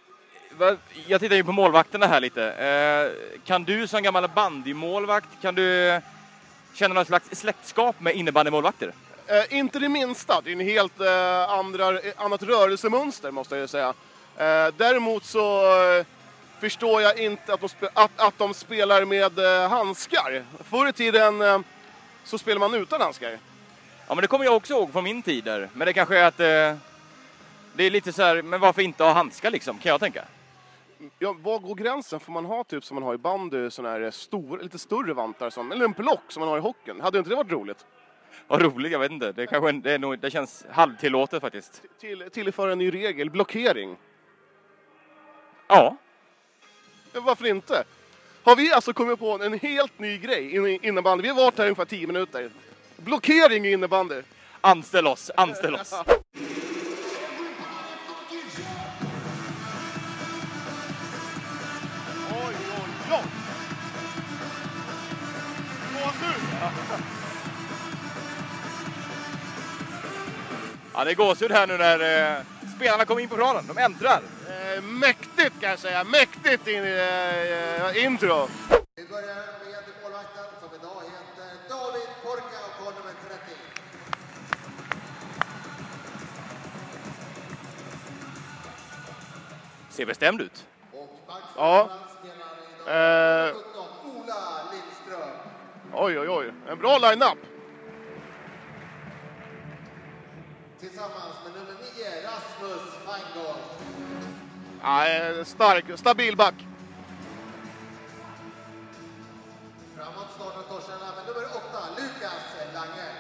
va- jag tittar ju på målvakterna här lite. Eh, Kan du som gammal bandymålvakt, kan du känna någon slags släktskap med innebandymålvakter?
Eh, inte det minsta. Det är en helt eh, andra, eh, annat rörelsemönster måste jag ju säga. Eh, däremot så eh, förstår jag inte att de, spe- att, att de spelar med eh, handskar. Förr i tiden eh, så spelar man utan handskar.
Ja, men det kommer jag också ihåg från min tid där. Men det kanske är att eh, det är lite så här, men varför inte ha handskar liksom, kan jag tänka.
Ja, var går gränsen? Får man ha typ som man har i bandy, såna här eh, stora, lite större vantar, som, eller en block som man har i hockeyn? Hade inte det varit roligt?
Vad roligt, jag vet inte. Det, kanske, det, är nog, det känns halvtillåtet faktiskt.
Till, tillföra en ny regel, blockering.
Ja,
Ja, Varför inte? Har vi alltså kommit på en helt ny grej in- i innebandy? Vi har varit här i ungefär 10 minuter. Blockering i innebandy!
anställ oss, anställ oss.
Oj, oj, oj! Gåshud!
Ja, det är gåshud här nu när eh, spelarna kommer in på planen. De äntrar.
Eh, mäktigt kan jag säga, mäktigt in, eh, intro!
Vi börjar med målvakten som idag heter David Porka och har nummer 30.
Ser bestämd ut.
Ja. Eh,
17, Ola Lindström.
oj, oj, oj, en bra line-up!
Tillsammans med nummer 9, Rasmus Fangård.
Ja, eh, stark, stabil back.
Framåt startar Torshälla med nummer 8, Lukas Lange.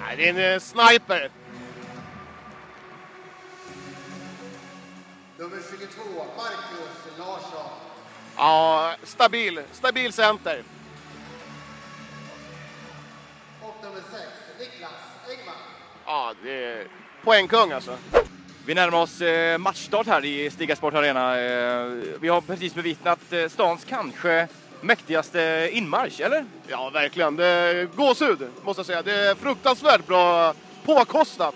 Ja, det är en eh, sniper!
Nummer 22, Marcus Larsson.
Ja, stabil, stabil center.
Och nummer 6, Niklas Engman.
Ja, det är poängkung alltså.
Vi närmar oss eh, matchstart här i Stiga Sport Arena. Eh, vi har precis bevittnat eh, stans kanske mäktigaste inmarsch, eller?
Ja, verkligen. Det är gåshud, måste jag säga. Det är fruktansvärt bra påkostat.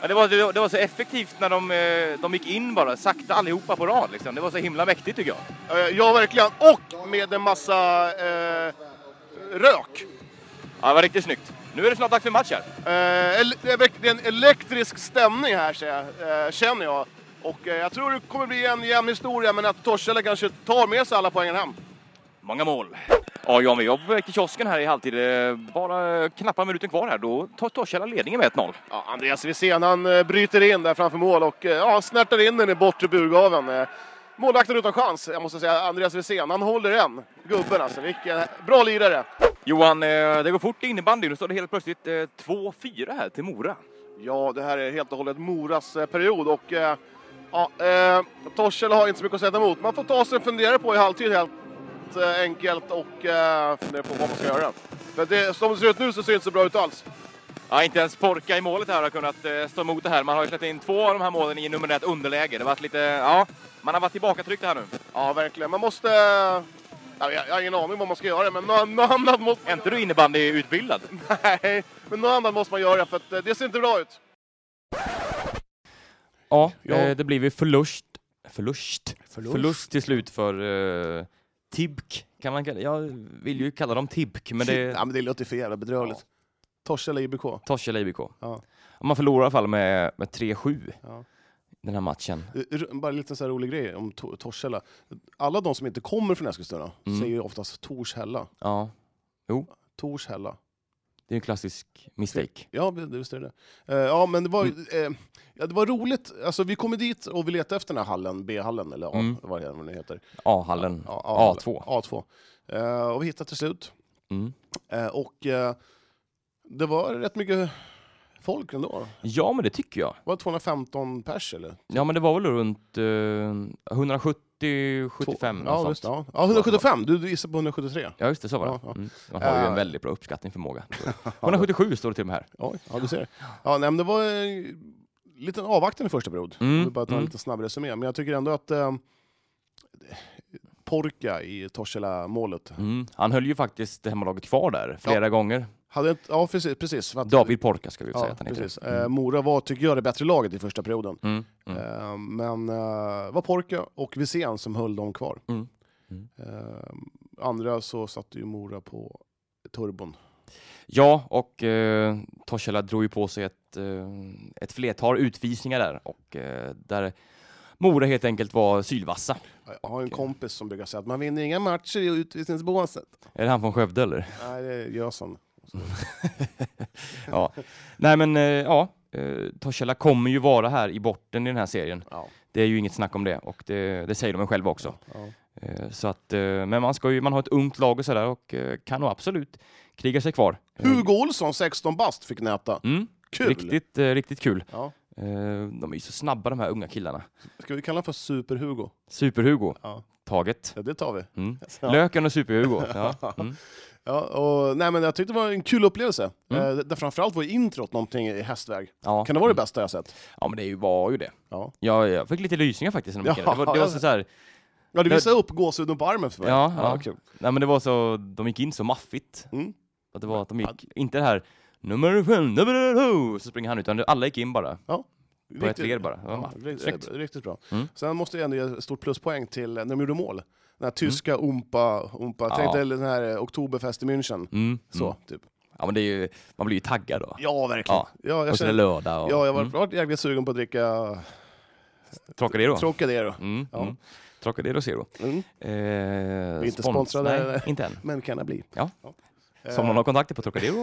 Ja, det, var, det, var- det var så effektivt när de, eh, de gick in bara, sakta allihopa på rad. Liksom. Det var så himla mäktigt tycker jag.
Eh, Ja, verkligen. Och med en massa eh, rök.
Ja, det var riktigt snyggt. Nu är det snart dags för match här.
Eh, ele- det är verk- det är en elektrisk stämning här, ser jag, eh, känner jag. Och eh, jag tror det kommer bli en jämn historia, men att Torshälla kanske tar med sig alla poängen hem.
Många mål. Ja, jag med. Jag var på väg till kiosken här i halvtid. Eh, Bara knappa minuten kvar här. Då tar Torshälla ledningen med 1-0.
Ja, Andreas Wirsén, han eh, bryter in där framför mål och eh, ja, snärtar in den i bortre burgaven. Eh, Målvakten utan chans, jag måste säga. Andreas Wirsén, han håller den. Gubben alltså, vilken bra lirare.
Johan, eh, det går fort i innebandy. Nu står det helt plötsligt eh, 2-4 här till Mora.
Ja, det här är helt och hållet Moras eh, period och eh, ja, eh, Torshälla har inte så mycket att sätta emot. Man får ta sig en funderare på i halvtid helt eh, enkelt och eh, fundera på vad man ska göra. För det, som det ser ut nu så ser det inte så bra ut alls.
Ja, inte ens Porka i målet här har kunnat eh, stå emot det här. Man har ju släppt in två av de här målen i nummer ett underläge. Det har varit lite, ja, man har varit tillbakatryckt här nu.
Ja, verkligen. Man måste... eh, ja, jag, jag har ingen aning vad man ska göra, men nå- något annat måste
Är inte du innebandyutbildad?
Nej, men något annat måste man göra för att eh, det ser inte bra ut.
Ja,
Ja.
eh, det blev ju förlust. Förlust?
Förlust.
till slut för eh, Tibk, kan man kalla Jag vill ju kalla dem Tibk, men det är
men det låter för jävla bedrövligt. Torshälla IBK.
Torshälla IBK.
Ja.
Man förlorar i alla fall med, med 3-7.
Ja.
den här matchen.
R- Eh, Bara en liten så här rolig grej om Tor- Torshälla. Alla de som inte kommer från Eskilstuna
Mm.
säger ju oftast Torshälla.
Ja,
Torshälla.
det är en klassisk mistake.
Ja, det- det- visst är det det. Eh, Ja, men det var,
Mm.
eh, ja, det var roligt. Alltså, vi kommer dit och vi letar efter den här hallen, B-hallen, eller A,
Mm.
vad det är, vad den heter.
A-hallen.
Ja,
A2.
A2. Eh, och vi hittade till slut.
Mm.
Eh, och eh, det var rätt mycket folk ändå.
Ja, men det tycker jag.
Det var 215 pers eller?
Ja, men det var väl runt eh, 170, 75
Två-
eller
ja,
något
just,
sånt.
ja. ja, 175. Du, du gissade på 173.
Ja, just det, så var det.
Ja, ja.
Mm. Man har ju en
Eh.
väldigt bra uppskattningsförmåga. 177 står det till och med här.
Oj, ja, du ser. Ja, nej, men det var en liten avvaktande första period.
Mm,
Jag vill bara ta en
mm.
liten snabb resumé. Men jag tycker ändå att eh, Porka i Torshälla-målet.
Mm. Han höll ju faktiskt hemmalaget kvar där flera gånger.
Hade ett, ja, precis. precis för att,
David Porka ska vi ju
ja,
säga att han heter.
precis.
Mm.
Eh, Mora var, tycker jag, det bättre laget i första perioden.
Mm. Mm.
Eh, men eh, var Porka och Visén som höll dem kvar.
Mm. Mm.
Eh, andra så satte ju Mora på turbon.
Ja, och eh, Torshälla drog ju på sig ett, eh, ett flertal utvisningar där och eh, där Mora helt enkelt var sylvassa.
Jag har en kompis som brukar säga att man vinner inga matcher i utvisningsbåset.
Är det han från Skövde eller?
Nej, det är Gösen.
ja. Nej men eh, ja, eh, Torshälla kommer ju vara här i borten i den här serien.
Ja.
Det är ju inget snack om det och det, det säger de själva också.
Ja.
Eh, så att, eh, men man ska ju, man har ett ungt lag och sådär och eh, kan nog absolut kriga sig kvar. Eh,
Hugo Olsson, 16 bast, fick näta.
Mm,
Kul!
riktigt, eh, riktigt kul.
Ja.
Eh, de är ju så snabba de här unga killarna.
Ska vi kalla honom för Super-Hugo?
Super-Hugo,
Ja.
taget.
ja, det tar vi.
Mm.
Ja.
Löken och Super-Hugo. Ja. Mm.
Ja, och, nej, men jag tyckte det var en kul upplevelse.
Mm.
Eh, där framförallt var introt någonting i hästväg.
Ja.
Kan det vara det bästa jag sett?
Ja, men det är ju- var ju det.
Ja.
Jag, jag fick lite lysningar faktiskt. när de
Ja,
gick in. det var, det var
ja.
så, så här,
Ja, du visade upp gåshuden på armen för mig.
Ja, ja.
kul.
nej, men det var så, de gick in så maffigt.
Mm.
Att det var att de gick, inte det här nummer fem, nummer sju, så springer han utan det- alla gick in bara. På ett ler bara. Det var
Ja,
maffigt direkt.
riktigt, riktigt bra.
Mm.
Sen måste jag ändå ge ett stort pluspoäng till eh, när de gjorde mål. Den här tyska umpa, umpa.
Mm. Ja.
Tänk dig den här eh, Oktoberfest i München.
Mm.
Så,
Mm.
typ.
Ja, men det är ju, man blir ju taggad då.
Ja, verkligen.
Ja.
Ja, jag,
och så är det
känner,
lördag och
ja, jag var,
mm.
var jäkligt sugen på att dricka
Trocadero.
Trocadero.
mm.
Ja.
Mm. Trocadero Zero.
Mm.
Eh,
inte
spons-
sponsrade.
Nej, inte än.
Men kan det bli.
Ja. Så
Eh,
om någon har kontakter på Trocadero,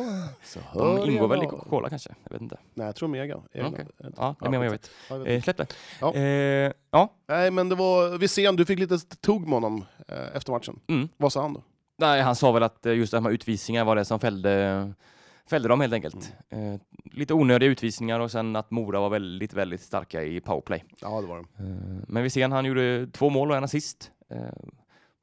så hör
de ingår
jag
väl i
av.
Coca-Cola kanske? Jag vet inte.
Nej, jag tror Mega.
Ja,
Egna.
okej.
Jag vet
Ja, det är mer vad jag vet.
Ja, jag vet.
Eh, släpp det.
Ja.
Eh, ja.
Nej, men det var Wisén, du fick lite tugg med honom eh, efter matchen.
Mm.
Vad sa han då?
Nej, han sa väl att eh, just det här med utvisningar var det som fällde, fällde dem helt enkelt.
Mm.
Eh, lite onödiga utvisningar och sen att Mora var väldigt, väldigt starka i powerplay.
Ja, det var det.
Eh, men vi ser han gjorde två mål och en assist. Eh,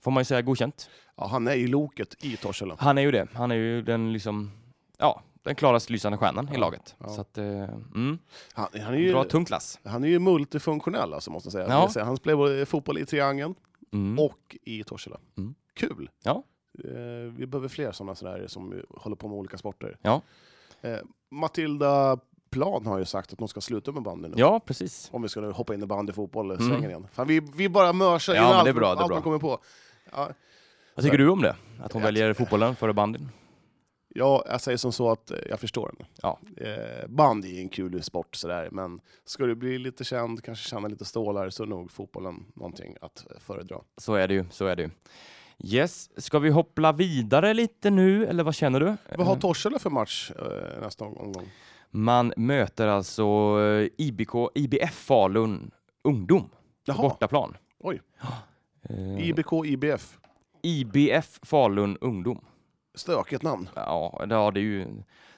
får man ju säga godkänt.
Ja, han är ju loket i Torshälla.
Han är ju det. Han är ju den liksom, ja, den klarast lysande stjärnan i laget.
ja.
Så att, eh, mm,
Han, han, är ju,
bra tungt lass.
han är ju multifunktionell alltså, måste jag säga.
Ja.
Det vill säga, Han spelar både fotboll i Triangeln
Mm.
och i Torshälla.
Mm.
Kul!
Ja.
Eh, vi behöver fler sådana sådär som ju håller på med olika sporter.
Ja.
Eh, Matilda Plan har ju sagt att de ska sluta med bandy nu.
Ja, precis.
Om vi ska nu hoppa in i bandyfotboll-svängen
Mm.
igen. Fan, vi, vi bara mörsar
Ja,
in
men det är
allt,
bra, det är
allt
bra.
man kommer på. Ja,
Vad tycker du om det? Att hon
Jag
väljer fotbollen före bandyn?
ja, jag säger som så att eh, jag förstår den.
Ja.
Eh, bandy är en kul sport sådär, men ska du bli lite känd, kanske tjäna lite stålar, så är nog fotbollen någonting att eh, föredra.
Så är det ju, så är det ju. Yes, ska vi hoppla vidare lite nu, eller vad känner du?
Vad har
Eh,
Torshälla för match eh, nästa omgång?
Man möter alltså eh, IBK, IBF Falun Ungdom på
Jaha,
bortaplan.
Oj.
Ja. Eh,
IBK, IBF.
IBF Falun Ungdom.
Stökigt namn.
Ja, det- ja, det är ju...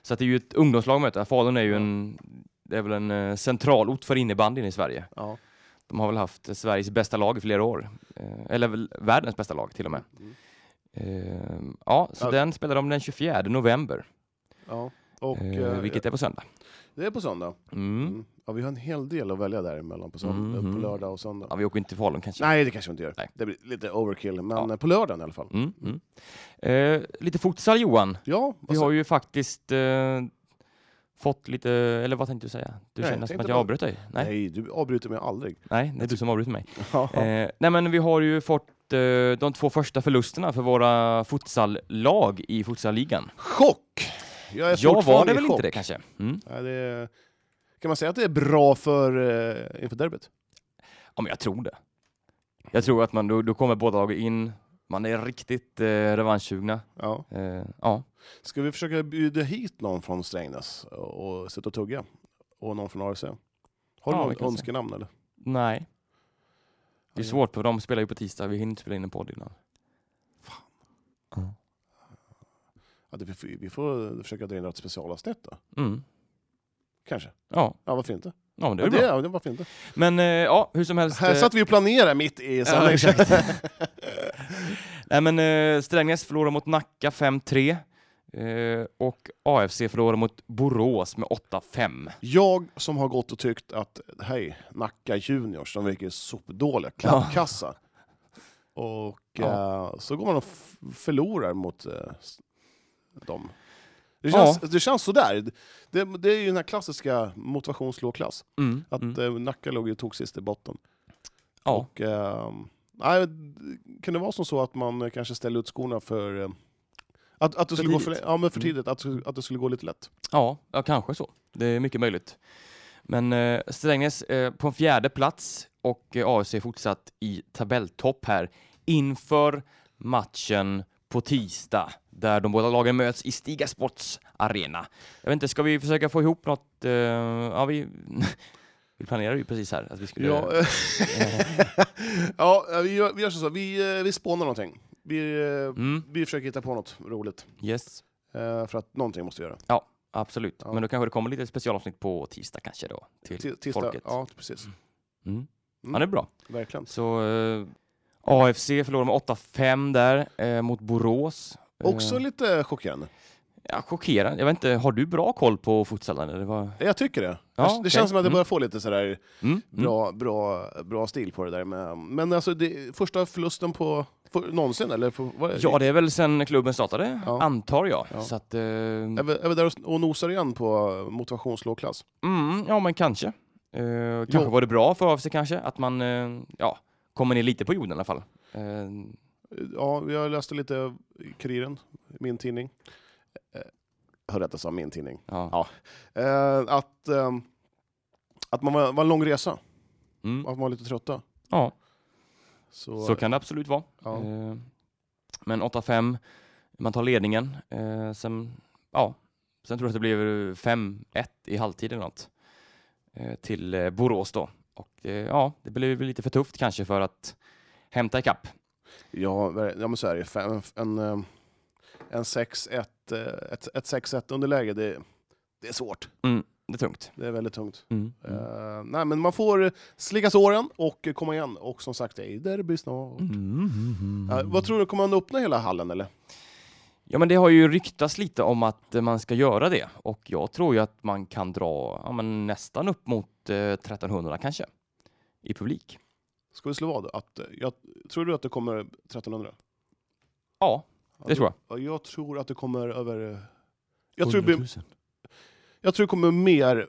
Så att det är ju ett ungdomslag möter. Falun är ju en... Det är väl en eh, centralort för innebandyn i Sverige.
Ja.
De har väl haft Sveriges bästa lag i flera år. Eh, Eller väl världens bästa lag till och med.
Mm.
Eh, Ja, så
Ja.
den spelar de den 24 november,
Ja. Och,
eh,
eh,
vilket är på söndag.
Det är på söndag.
Mm.
Mm. Ja, vi har en hel del att välja däremellan på, söndag,
Mm.
på lördag och söndag.
Ja, vi åker inte till Falun kanske.
Nej, det kanske vi inte gör.
Nej.
Det blir lite overkill, men
Ja.
eh, på lördagen i alla fall.
Mm. Mm. Eh, Lite futsal Johan.
Ja,
Vi
vad sa-
har ju faktiskt eh, fått lite, eller vad tänkte du säga? Du känner
Nej, jag
som
tänkte
att jag
bara-
avbröt dig?
nej.
Nej,
du avbryter mig aldrig.
nej, det är du som avbryter mig.
Ja.
Eh, nej men vi har ju fått eh, de två första förlusterna för våra futsallag i futsalligan.
Chock! Jag är
Jag var det
fortfarande i
väl
chock.
inte det kanske? Mm.
Nej, det är... Kan man säga att det är bra för eh, inför derbyt?
Ja, men jag tror det. Jag tror att man, då, då kommer båda lagen in, man är riktigt eh, revanschsugna.
Ja.
Eh, ja.
Ska vi försöka bjuda hit någon från Strängnäs och och sitta och tugga? Och någon från AFC? Har du
Ja, vi
något
kan se.
önskenamn eller?
Nej. Det är
Ja.
svårt, för de spelar ju på tisdag, vi hinner inte spela in en podd innan.
Ja, det, vi, får- vi får försöka dra in något specialavsnitt då.
Mm.
Kanske.
Ja,
Ja, varför inte?
ja men det är
Ja,
bra.
det, ja, det, varför inte?
Men eh, ja, hur som helst.
Här
eh,
satt vi och planerade mitt i
Ja,
sändningen.
exakt. Nej, men, eh, Strängnäs förlorar mot Nacka 5-3 eh, och AFC förlorar mot Borås med 8-5.
Jag som har gått och tyckt att hej, Nacka Juniors, de verkar ju sopdåliga,
Ja.
klappkassa. Och
Ja.
eh, så går man och f- förlorar mot eh, s- dem. Det känns, det känns sådär. Det, det är ju den här klassiska motivationslågklass.
Mm.
Att
mm.
eh, Nacka låg ju tog sist i botten.
Ja,
Och, eh, nej, kan det vara som så att man eh, kanske ställer ut skorna för... Eh, att, att det
För
skulle gå för,
tidigt.
ja, men för
Mm.
tidigt, att, att det skulle gå lite lätt.
ja, ja, kanske så. Det är mycket möjligt. Men eh, Strängnäs eh, på en fjärde plats och eh, AFC fortsatt i tabelltopp här inför matchen på tisdag där de båda lagen möts i Stiga Sports arena. Jag vet inte, ska vi försöka få ihop något? Eh, ja, vi, vi planerade ju precis här att vi skulle...
Ja, ja vi, gör, vi gör så, så. Vi, eh, vi spånar någonting. Vi, eh,
Mm.
vi försöker hitta på något roligt.
Yes,
Eh, För att någonting måste vi göra.
absolut.
Ja.
Men då kanske det kommer lite specialavsnitt på tisdag kanske då till
Ti- Tisdag,
folket.
ja precis.
Mm.
Mm.
Ja, det är bra.
Verkligen.
Så eh, AFC förlorar med 8-5 där eh, mot Borås. Eh,
Också lite chockerande.
ja, chockerande. Jag vet inte, har du bra koll på futsalen? eller vad?
Jag tycker det. Alltså,
Ja,
det
okej.
känns som att det
Mm.
börjar få lite sådär
Mm, mm.
bra, bra, bra stil på det där. Med, men alltså, det, första förlusten på för, någonsin, eller? För, vad är det?
Ja, det är väl sen klubben startade,
Ja.
antar jag.
Ja.
Så att, eh,
Är vi, är vi där och- och nosar igen på motivationslågklass?
mm, ja, men kanske. Eh, kanske
Jo.
var det bra för AFC kanske, att man eh, ja, kommer ner lite på jorden i alla fall. Eh,
Ja, jag läste lite i Kuriren, min tidning. Eh, Hörde att jag sa min tidning.
ja.
Ja. Eh, att, ehm, att man var, var en lång resa,
Mm.
att man var lite trötta.
ja.
Så,
Så kan det absolut vara.
Ja.
Eh, Men 8-5, man tar ledningen. Eh, Sen, ja, sen tror jag att det blev eh, 5-1 i halvtid eller något eh, till eh, Borås då. Och eh, ja, det blev väl lite för tufft kanske för att hämta ikapp.
ja, ver- ja, men så är det. Fem- En, ehm, en 6-1, eh, ett, ett 6-1 underläge, det, det är svårt.
Det är tungt.
Det är väldigt tungt.
Mm.
Eh, nej, men man får slicka såren och komma igen. Och som sagt, det är derby snart.
Mm.
Eh, vad tror du, kommer man öppna hela hallen eller?
Ja men det har ju ryktats lite om att eh, man ska göra det och jag tror ju att man kan dra ja, men nästan upp mot eh, 1300 kanske i publik.
Ska vi slå vad? Att, eh, jag, tror du att det kommer 1300?
Ja,
Ja,
det tror jag.
jag. Jag tror att det kommer över... eh, Jag tror, det blir, jag tror det kommer mer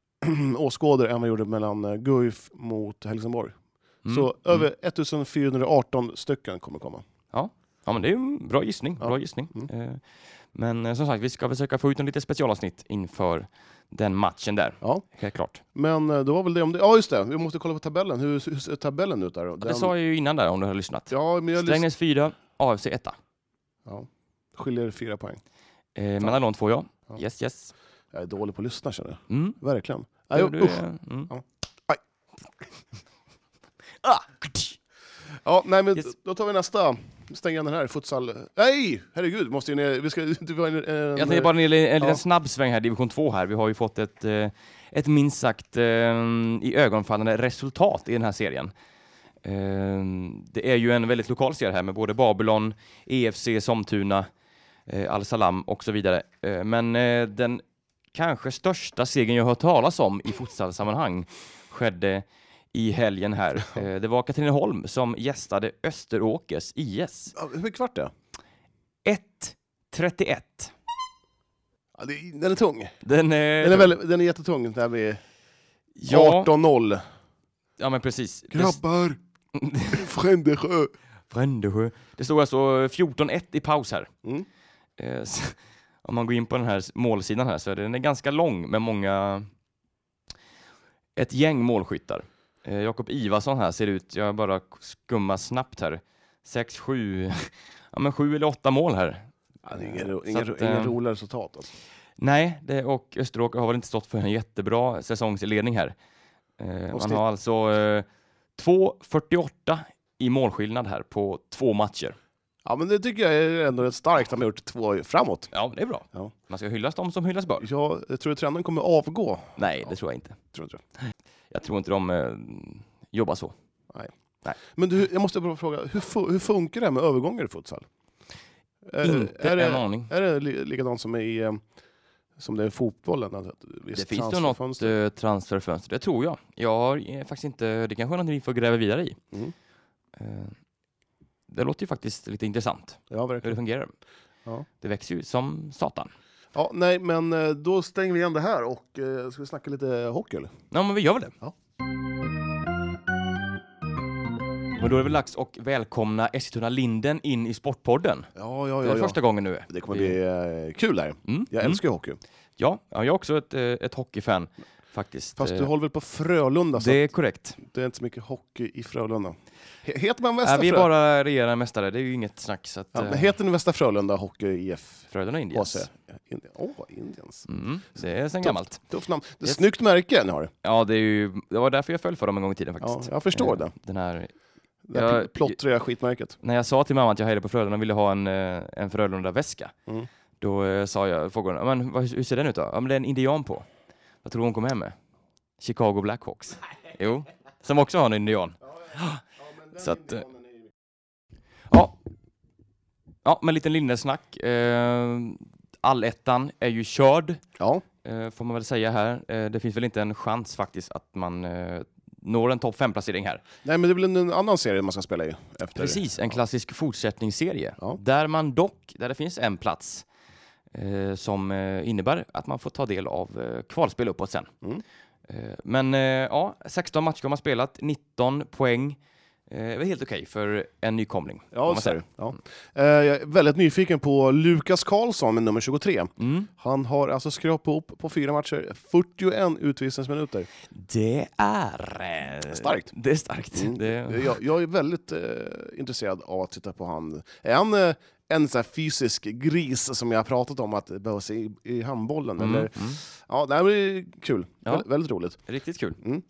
åskådare än vad gjorde mellan eh, Guif mot Helsingborg.
Mm.
Så
Mm.
över 1418 stycken kommer komma.
Ja, men det är ju en bra gissning.
Ja.
Bra gissning.
Mm.
Eh, Men eh, som sagt, vi ska försöka få ut en lite specialavsnitt inför den matchen där.
Ja.
Helt klart.
Men eh, då var väl det om det. Ja just det, vi måste kolla på tabellen. Hur, hur ser tabellen ut där? då?
Ja,
Den-
Det sa jag ju innan där om du har lyssnat.
ja, men jag lyssnar.
Strängnäs 4, AFC 1.
Ja. Skiljer fyra poäng.
Eh, mellan de två ja.
Ja.
Yes, yes.
Jag är dålig på att lyssna känner jag.
Mm.
Verkligen. Nej,
Du, du,
usch.
eh, mm.
Ja. Aj.
Ah!
Ja, nej, men
Yes.
Då tar vi nästa. Stäng igen den här, futsal... Nej! Herregud, vi måste ju ner. Vi ska, du har en, en,
Jag tänkte bara en, en, en
Ja.
liten snabb sväng här, division 2 här. Vi har ju fått ett, eh, ett minst sagt eh, i ögonfallande resultat i den här serien. Eh, det är ju en väldigt lokal serie här med både Babylon, E EFC, Somtuna, eh, Al-Salam och så vidare. Eh, men eh, den kanske största segern jag har hört talas om i futsalsammanhang skedde i helgen här. Eh, det var Katrineholm som gästade Österåkers IS.
Ja, Hur mycket vart det?
1-31.
Ja, det? Den är tung.
Den, eh,
Den är, väl, den är jättetung. Den här med
Ja,
18-0.
Ja men precis. Det,
Grabbar! Frändesjö!
Brändesjö. det stod alltså 14-1 i paus här.
Mm.
Eh, s- om man går in på den här s- målsidan här så är den är ganska lång med många ett gäng målskyttar. Eh, Jakob Ivarsson här ser ut, jag bara skummar snabbt här, sex, sju, ja men sju eller åtta mål här.
Ja, det är ingen,
Så
ro, ingen,
att,
ro,
eh,
ingen roliga resultat. Alltså.
Nej, det, och Österåker har väl inte stått för en jättebra säsongsledning här. Eh, man
snitt.
har alltså eh, 2.48 i målskillnad här på två matcher.
Ja, men det tycker jag är ändå rätt starkt. De har gjort två framåt.
Ja, det är bra.
Ja.
Man ska hyllas de som hyllas bör.
Jag tror du tränaren kommer avgå?
Nej, det tror jag inte.
Tror inte.
Jag tror inte de eh, jobbar så.
Men du, jag måste bara fråga, hur, fu- hur funkar det här med övergångar i futsal? Är,
inte
är,
en
det,
aning.
är det li- likadant som i eh, som det är i fotbollen? Att ett visst
Det finns ju något
transferfönster?
eh, transferfönster, det tror jag. Jag har eh, faktiskt inte, det kanske är något vi får gräva vidare i.
Mm.
Eh, det låter ju faktiskt lite intressant
Ja,
hur det
verkligen.
fungerar.
Ja.
Det växer ju som satan.
Ja, nej, men eh, då stänger vi igen det här och eh, ska vi snacka lite hockey eller?
Ja, men vi gör väl det.
Ja.
Men då är det väl dags att välkomna Eskilstuna Linden in i Sportpodden.
Ja, ja,
Det är första gången nu.
Det kommer bli eh, kul här.
Mm,
Jag
mm.
älskar ju hockey.
Ja, ja, jag är också ett, eh, ett hockeyfan faktiskt.
Fast du
Eh,
håller väl på Frölunda, så
det är korrekt.
det är inte så mycket hockey i Frölunda. He- Heter man
Äh,
Västra
vi är
Frö-
bara regerande mästare, det är ju inget snack. Så att,
ja, men
eh,
Heter den Västra Frölunda Hockey IF?
Frölunda Indians.
HC? Indi- Åh, Indians.
Mm, det är sen gammalt.
Tufft namn. Det är
Yes.
Snyggt märke ni har.
Ja, det, är ju, det var därför jag föll för dem en gång i tiden
Ja,
faktiskt.
jag förstår
Eh,
det.
Den här,
Det här
jag-
pl- plottriga skitmärket.
när jag sa till mamma att jag hejade på Frölunda och ville ha en, eh, en Frölunda-väska,
Mm.
då eh, sa jag, frågade hon, men vad, hur ser den ut då? Ja, men det är en indian på. Vad tror du hon kom hem med? Chicago Blackhawks. Jo, som också har en indian. Så att, eh, Ja, ja men lite linnesnack. Eh, Allettan är ju körd,
Ja,
eh, får man väl säga här. Eh, det finns väl inte en chans faktiskt att man eh, når en topp 5-placering här.
nej men det blir en annan serie man ska spela i efter.
Precis, en klassisk fortsättningsserie.
Ja.
Där man dock, där det finns en plats eh, som eh, innebär att man får ta del av eh, kvalspel uppåt sen.
Mm.
Eh, men eh, ja, 16 matcher har man spelat, 19 poäng. Eh, det är väl helt okej för en nykomling. får
Ja,
man
så är det.
säga. Mm.
Ja. Eh, jag är väldigt nyfiken på Lukas Karlsson med nummer 23.
Mm.
Han har alltså skrapat ihop på fyra matcher 41 utvisningsminuter.
Det är... eh,
Starkt.
Det är starkt.
Mm.
Det,
Jag, jag är väldigt eh, intresserad av att titta på han. Är han eh, en sån här fysisk gris som jag har pratat om att behöva se i, i handbollen?
Mm,
Eller?
mm.
Ja, det här blir kul.
Ja.
Vä- väldigt roligt.
Riktigt kul.
Mm.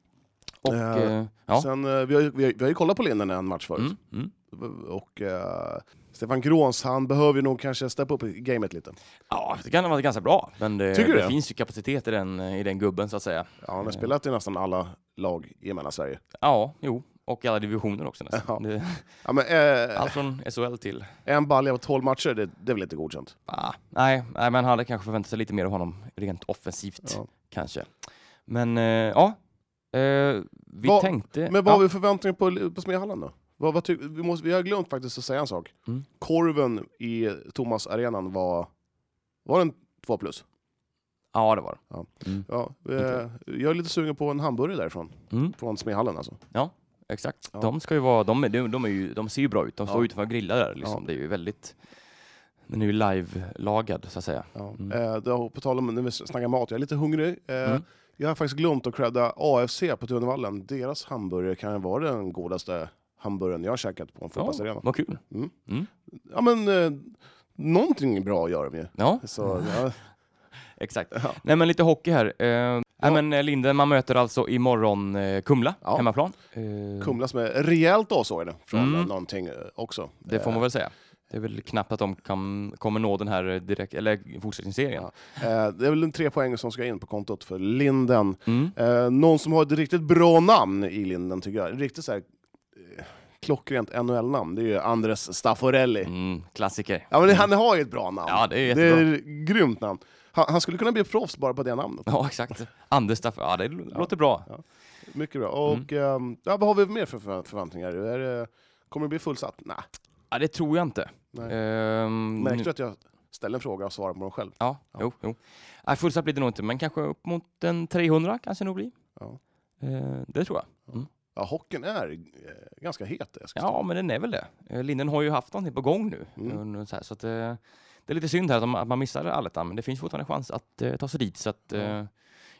Och,
Eh,
eh, ja.
Sen, eh, vi, har, ju- vi, har, vi har ju kollat på Linden en match förut.
Mm, mm.
Och eh, Stefan Gråns, han behöver ju nog kanske steppa upp i gamet lite.
ja, det kan ha varit ganska bra, men det,
Tycker du
det
det?
finns ju kapacitet i den, i den gubben så att säga.
Ja, han har spelat i nästan alla lag i Mellansverige.
Ja, jo. Och i alla divisioner också nästan.
Ja.
Det,
Ja, men, eh,
allt från SHL till...
en balja av 12 matcher, det, det är väl inte godkänt?
Ah, nej, nej, man hade kanske förväntat sig lite mer av honom rent offensivt
Ja.
kanske. Men eh, ja, eh, vi
Vad-
tänkte...
Men vad har
ja,
vi förväntningar på, på Smehallen då? Vad, vad ty, vi, måste, vi har glömt faktiskt att säga en sak.
Mm.
Korven i Thomas arenan var... Var den 2 plus?
ja, det var det.
Ja.
Mm.
Ja, eh, Jag är lite sugen på en hamburgare därifrån.
Mm,
Från Smehallen alltså.
exakt.
Ja.
De ska ju vara... De, är- de, de, är ju, de ser ju bra ut. De står
Ja.
utanför och grillar där liksom.
Ja.
Det är ju väldigt... Den är ju live-lagad så att säga.
Ja.
Mm.
Eh, då, på tal om när vi snackar mat, jag är lite hungrig. Eh,
Mm.
Jag har faktiskt glömt att credda AFC på Tunavallen. Deras hamburgare kan vara den godaste hamburgaren jag har käkat på en
Ja,
fotbollsarena. Ja.
vad kul.
men eh, någonting bra gör de ju.
Ja,
Så, ja,
exakt.
Ja.
Nej, men lite hockey här. Eh, nej, men eh, Linden, man möter alltså imorgon eh, Kumla,
Ja.
hemmaplan. Eh,
Kumla som är rejält avsågade från
Mm.
eh, någonting eh, också.
Det får man väl säga. Det är väl knappt att de kan, kommer nå den här direkt, eller fortsättningsserien.
Ja. Eh, det är väl en tre poäng som ska in på kontot för Linden.
Mm.
Eh, någon som har ett riktigt bra namn i Linden tycker jag. Riktigt så här, eh, klockrent NHL-namn. Det är ju Andres Stafforelli.
Mm, klassiker.
Ja, men det, han har ju ett bra namn.
Ja, det är
det
jättebra.
är ett grymt namn. Han, han skulle kunna bli proffs bara på det namnet.
Ja, exakt. Anders Staff, ja det l- låter bra.
Mycket bra.
Mm.
Och, ehm, ja, vad har vi mer för förvä- förväntningar? Är det, kommer det bli fullsatt? Nej.
Ja, det tror jag inte.
Nej.
Ehm,
Märkte du att jag ställer en fråga och svarar på den själv?
Ja, jo, jo. Nej, fullsatt blir det nog inte, men kanske upp mot en 300 kanske nog blir.
Ja.
Eh, det tror jag.
Ja, hockeyn är eh, ganska het. Jag ska säga.
Ja, men den är väl det. Eh, Linden har ju haft någonting på gång nu.
Mm.
Eh, Så, här, så att, eh, det är lite synd här att, de, att man missar Allettan, men det finns fortfarande chans att eh, ta sig dit. Så att, eh, Jag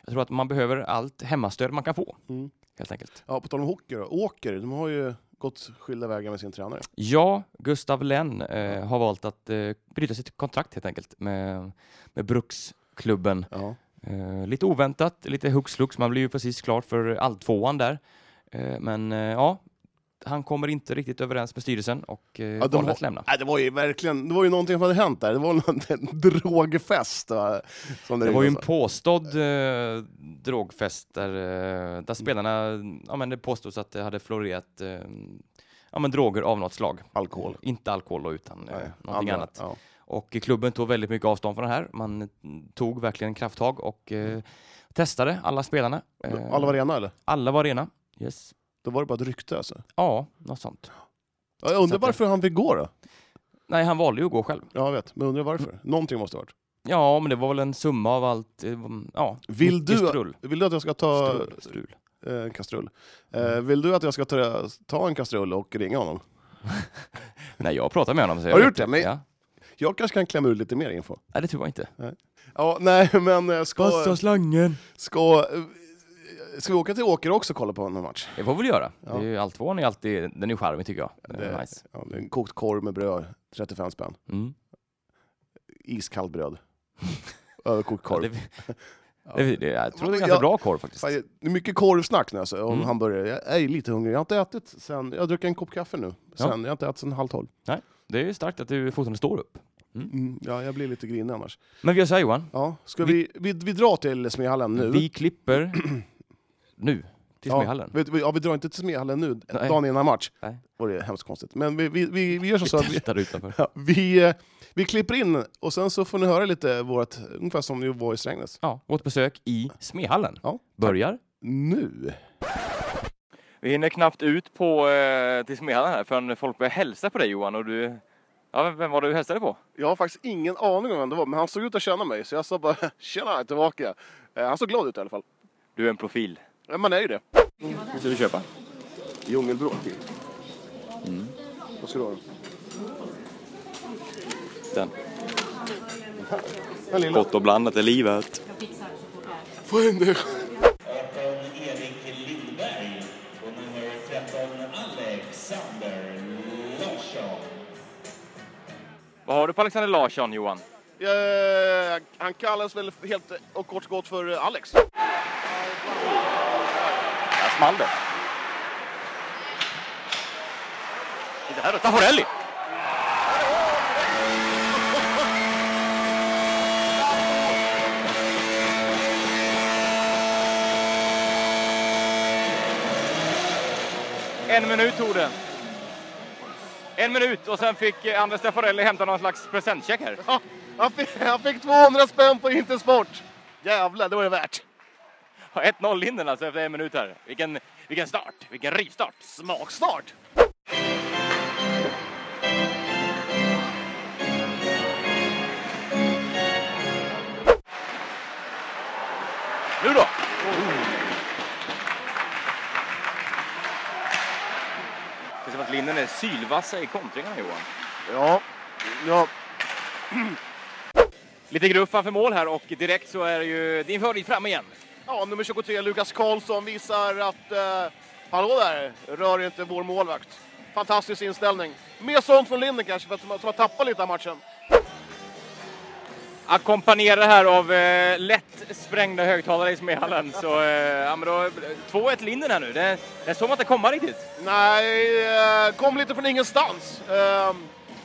tror att man behöver allt hemmastöd man kan få,
Mm.
helt enkelt.
Ja, på tal om hockey då. Åker, de har ju gått skilda vägar med sin tränare.
Ja, Gustav Lenn eh, har valt att eh, bryta sitt kontrakt helt enkelt med, med Bruksklubben.
Ja.
Eh, lite oväntat, lite hux flux. Man blir ju precis klar för alltvåan där. Eh, men eh, ja, han kommer inte riktigt överens med styrelsen och eh,
de
valde
har-
att lämna.
Nej, det var ju verkligen, det var ju någonting som hade hänt där. Det var en drogfest. Va? Som alltså.
Det var ju en
ringdes.
påstådd eh, drogfest där, eh, där spelarna, ja men det påstås att det hade florerat eh, ja, men droger av något slag.
Alkohol.
Inte alkohol då, utan eh,
Nej,
någonting
andra.
annat.
Ja.
Och klubben tog väldigt mycket avstånd från det här. Man eh, tog verkligen krafttag och eh, testade alla spelarna. Eh,
Mm. Alla var rena eller?
alla var rena. Yes.
Då var det bara ett rykte alltså.
Ja, något sånt.
Ja, Jag
Så
undrar
att det-
varför han fick gå då?
Nej, han valde ju att gå själv.
Ja, jag vet. Men undrar
Mm.
varför. Någonting måste ha varit.
Ja, men det var väl en summa av allt. eh, Ja,
Vill
mycket
du-
Strul.
Vill du att jag ska ta
Strul. strul.
eh, en kastrull? Eh, vill du att jag ska ta, ta en kastrull och ringa honom?
Nej, jag pratade med honom. Så jag
Har du
vet
gjort det?
inte.
Men-
Ja.
Jag kanske kan klämma ur lite mer info.
Nej, det tror jag inte.
Ja, nej, men eh, ska,
slangen!
ska, eh, ska vi åka till Åker också och kolla på någon match?
Det får vi väl göra.
Ja.
Det är ju allt tvåan är alltid, den är charmig tycker jag. Det är
Det-
nice.
Ja, det är en kokt korv med bröd, 35 spänn.
Mm.
Iskallt bröd. Överkokt korv.
Ja, det, det, det, jag tror det är
Men
ganska
jag-
bra korv faktiskt.
Fan, Det är mycket korvsnack nu alltså, om
Mm.
hamburgare. Jag är lite hungrig. Jag har inte ätit sen, jag har druckit en kopp kaffe nu. Sen, Jag har inte ätit sen halv tolv.
Det är ju starkt att du fortfarande står upp.
Mm, ja, jag blir lite grinig annars.
Men vi gör så här Johan.
Ja, ska vi, vi, vi drar till Smedhallen nu?
Vi klipper nu till
ja,
Smedhallen.
Vet, ja, vi drar inte till Smedhallen nu,
Nej.
dagen innan match.
Nej.
Var det hemskt konstigt. Men vi, vi, vi, vi gör som
Vi
så att vi,
tältar utanför.
ja, vi, eh, vi klipper in och sen så får ni höra lite vårt, ungefär som det var i Strängnäs.
Ja, vårt besök i Smedhallen
Ja.
börjar.
Nu!
Vi hinner knappt ut på, eh, till Smedhallen här förrän folk börjar hälsa på dig Johan och du... Ja, vem var det du hälsade på?
Jag har faktiskt ingen aning om vem det var, men han såg ut att känna mig så jag sa bara “Tjena, jag är tillbaka”. Eh, Han såg glad ut i alla fall.
Du är en profil.
Ja, Man är ju det.
Vad ska du köpa?
Djungelbråk. Mm. Vad ska du ha?
Den.
Den lilla.
Gott och blandat är livet.
Få in det.
Erik Lindberg och nummer 13 Alexander Larsson.
Vad har du på Alexander Larsson Johan?
Eh, han kallas väl helt och kort gott för eh, Alex.
Där small det. Titta här då, Taffarelli! En minut tog det. En minut och sen fick eh, Anders Taffarelli hämta någon slags presentcheck här.
Ja, Ah, han, fick, han fick 200 spänn på Intersport. Jävlar, det var det värt.
Ja, 1-0 in den alltså efter en minut här. Vilken, vilken start! Vilken rivstart!
Smakstart.
Nu då! Det ser som att Linden är sylvassa i kontringarna Johan.
Ja, ja.
Lite gruff framför mål här och direkt så är ju din favorit fram igen.
ja, nummer 23, Lukas Karlsson, visar att... Eh, hallå där, rör inte vår målvakt. Fantastisk inställning. Mer sånt från Linden kanske, för att, som har- som har tappat lite av matchen.
Ackompanjerad här av eh, lätt sprängda högtalare i Smehallen. Så eh, ja, men då, 2-1 Linden här nu. Det, det såg man inte komma riktigt.
Nej, eh, kom lite från ingenstans. Eh,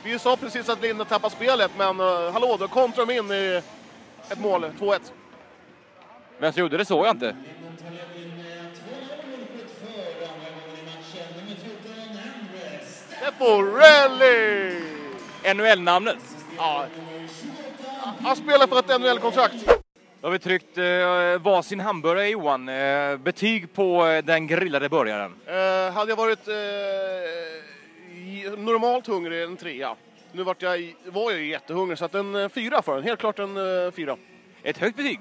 vi sa precis att Linde tappade spelet, men eh, hallå, då kontrar de in i ett mål, 2-1.
Vem som gjorde det såg jag inte.
Linden tar ledningen med 2-0 målskytt för andra gången i matchen. Nummer 14 Andres.
Temporelli!
NHL-namnet.
Ja. Han spelar för ett NHL-kontrakt.
Då har vi tryckt eh, varsin hamburgare Johan. Eh, betyg på eh, den grillade burgaren.
Eh, hade jag varit eh, i- normalt hungrig, en trea. Nu vart jag, i- var jag ju jättehungrig, så att en eh, fyra för den. Helt klart en eh, fyra.
Ett högt betyg.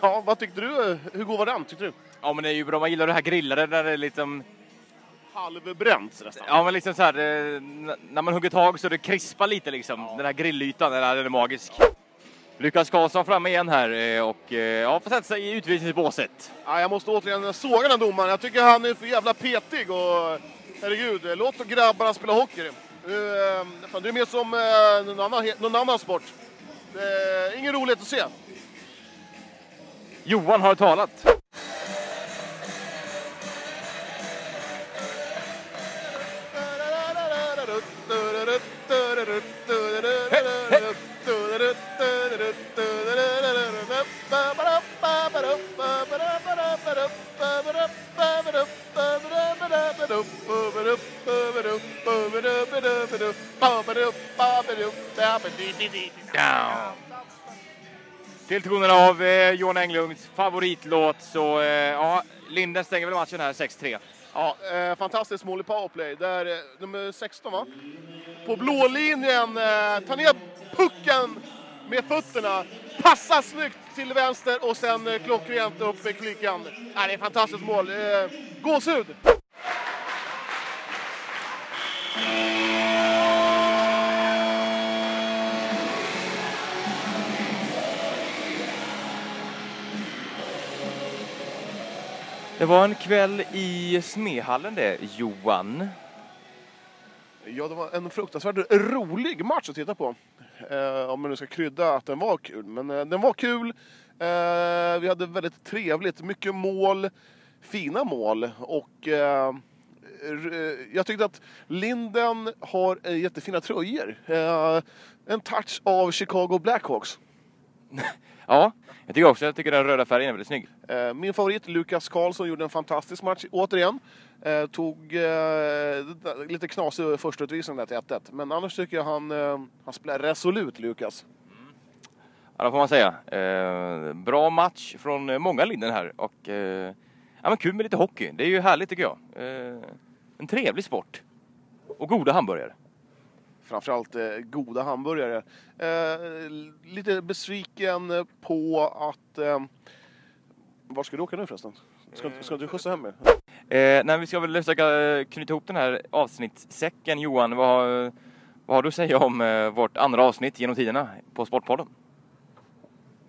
Ja, vad tyckte du? eh, Hur god var den, tyckte du?
Ja men det är ju bra, man gillar det här grillade där det är liksom...
Halvbränt nästan.
Ja men liksom så här, eh, n- när man hugger tag så det krispar lite liksom. Den här grillytan, den är, den är magisk. Lukas Karlsson framme igen här eh, och eh, ja, får sätta sig i utvisningsbåset.
Ja, jag måste återigen såga den här domaren. Jag tycker han är för jävla petig och herregud, låt och grabbarna spela hockey. Du, eh, fan, du är mer som eh, någon annan, he- någon annan sport. Det är ingen roligt att se.
Johan har talat. Down. Till tonerna av eh, Johan Englunds favoritlåt så eh, ja, Linden stänger väl matchen här 6-3.
Ja, eh, fantastiskt mål i powerplay. Där, eh, nummer 16 va? På blå linjen, eh, tar ner pucken med fötterna. Passar snyggt till vänster och sen eh, klockrent upp med klykan. Ja, det är ett fantastiskt mål. Eh, gåshud!
Det var en kväll i Smehallen det, Johan.
Ja, det var en fruktansvärt rolig match att titta på. Eh, om man nu ska krydda att den var kul. Men eh, den var kul. Eh, vi hade väldigt trevligt. Mycket mål. Fina mål. Och eh, r- eh, jag tyckte att Linden har eh, jättefina tröjor. Eh, en touch av Chicago Blackhawks.
Ja, jag tycker också jag tycker den röda färgen är väldigt snygg.
Eh, Min favorit Lukas Karlsson gjorde en fantastisk match återigen. Eh, tog eh, lite knasig första utvisning där till 1-1. Men annars tycker jag han, eh, han spelar resolut Lukas.
Ja, det får man säga. Eh, bra match från eh, många Linden här och eh, ja, men kul med lite hockey. Det är ju härligt tycker jag. Eh, en trevlig sport. Och goda hamburgare.
Framförallt eh, goda hamburgare. Eh, lite besviken på att... Eh, var ska du åka nu förresten? Ska, ska inte du skjutsa hem mig?
Eh, nej, vi ska väl försöka eh, knyta ihop den här avsnittssäcken. Johan, vad, har- vad har du att säga om eh, vårt andra avsnitt genom tiderna på Sportpodden?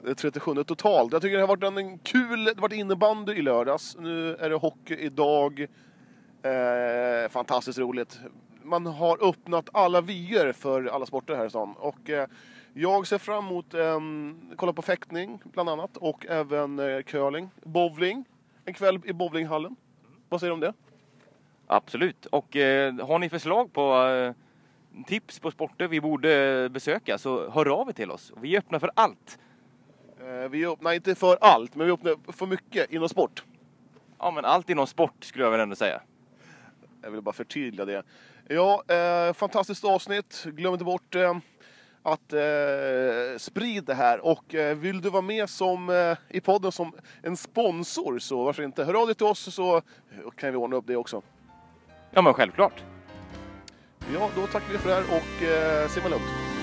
Det är 37 totalt. Jag tycker det har varit en kul... Det har varit innebandy i lördags. Nu är det hockey idag. Eh, fantastiskt roligt. Man har öppnat alla vyer för alla sporter här i stan. Och eh, jag ser fram emot eh, kolla på fäktning bland annat och även eh, curling, bowling. En kväll i bowlinghallen. Vad säger du om det?
Absolut. Och eh, har ni förslag på eh, tips på sporter vi borde eh, besöka så hör av er till oss. Vi är öppna för allt.
Eh, vi öppnar inte för allt, men vi öppnar för mycket inom sport.
Ja, men allt inom sport skulle jag väl ändå säga.
Jag vill bara förtydliga det. Ja, eh, fantastiskt avsnitt. Glöm inte bort eh, att eh, sprida det här. Och eh, vill du vara med som, eh, i podden som en sponsor så varför inte? Hör av dig till oss så kan vi ordna upp det också.
Ja, men självklart.
Ja, då tackar vi för det här och eh, simma lugnt.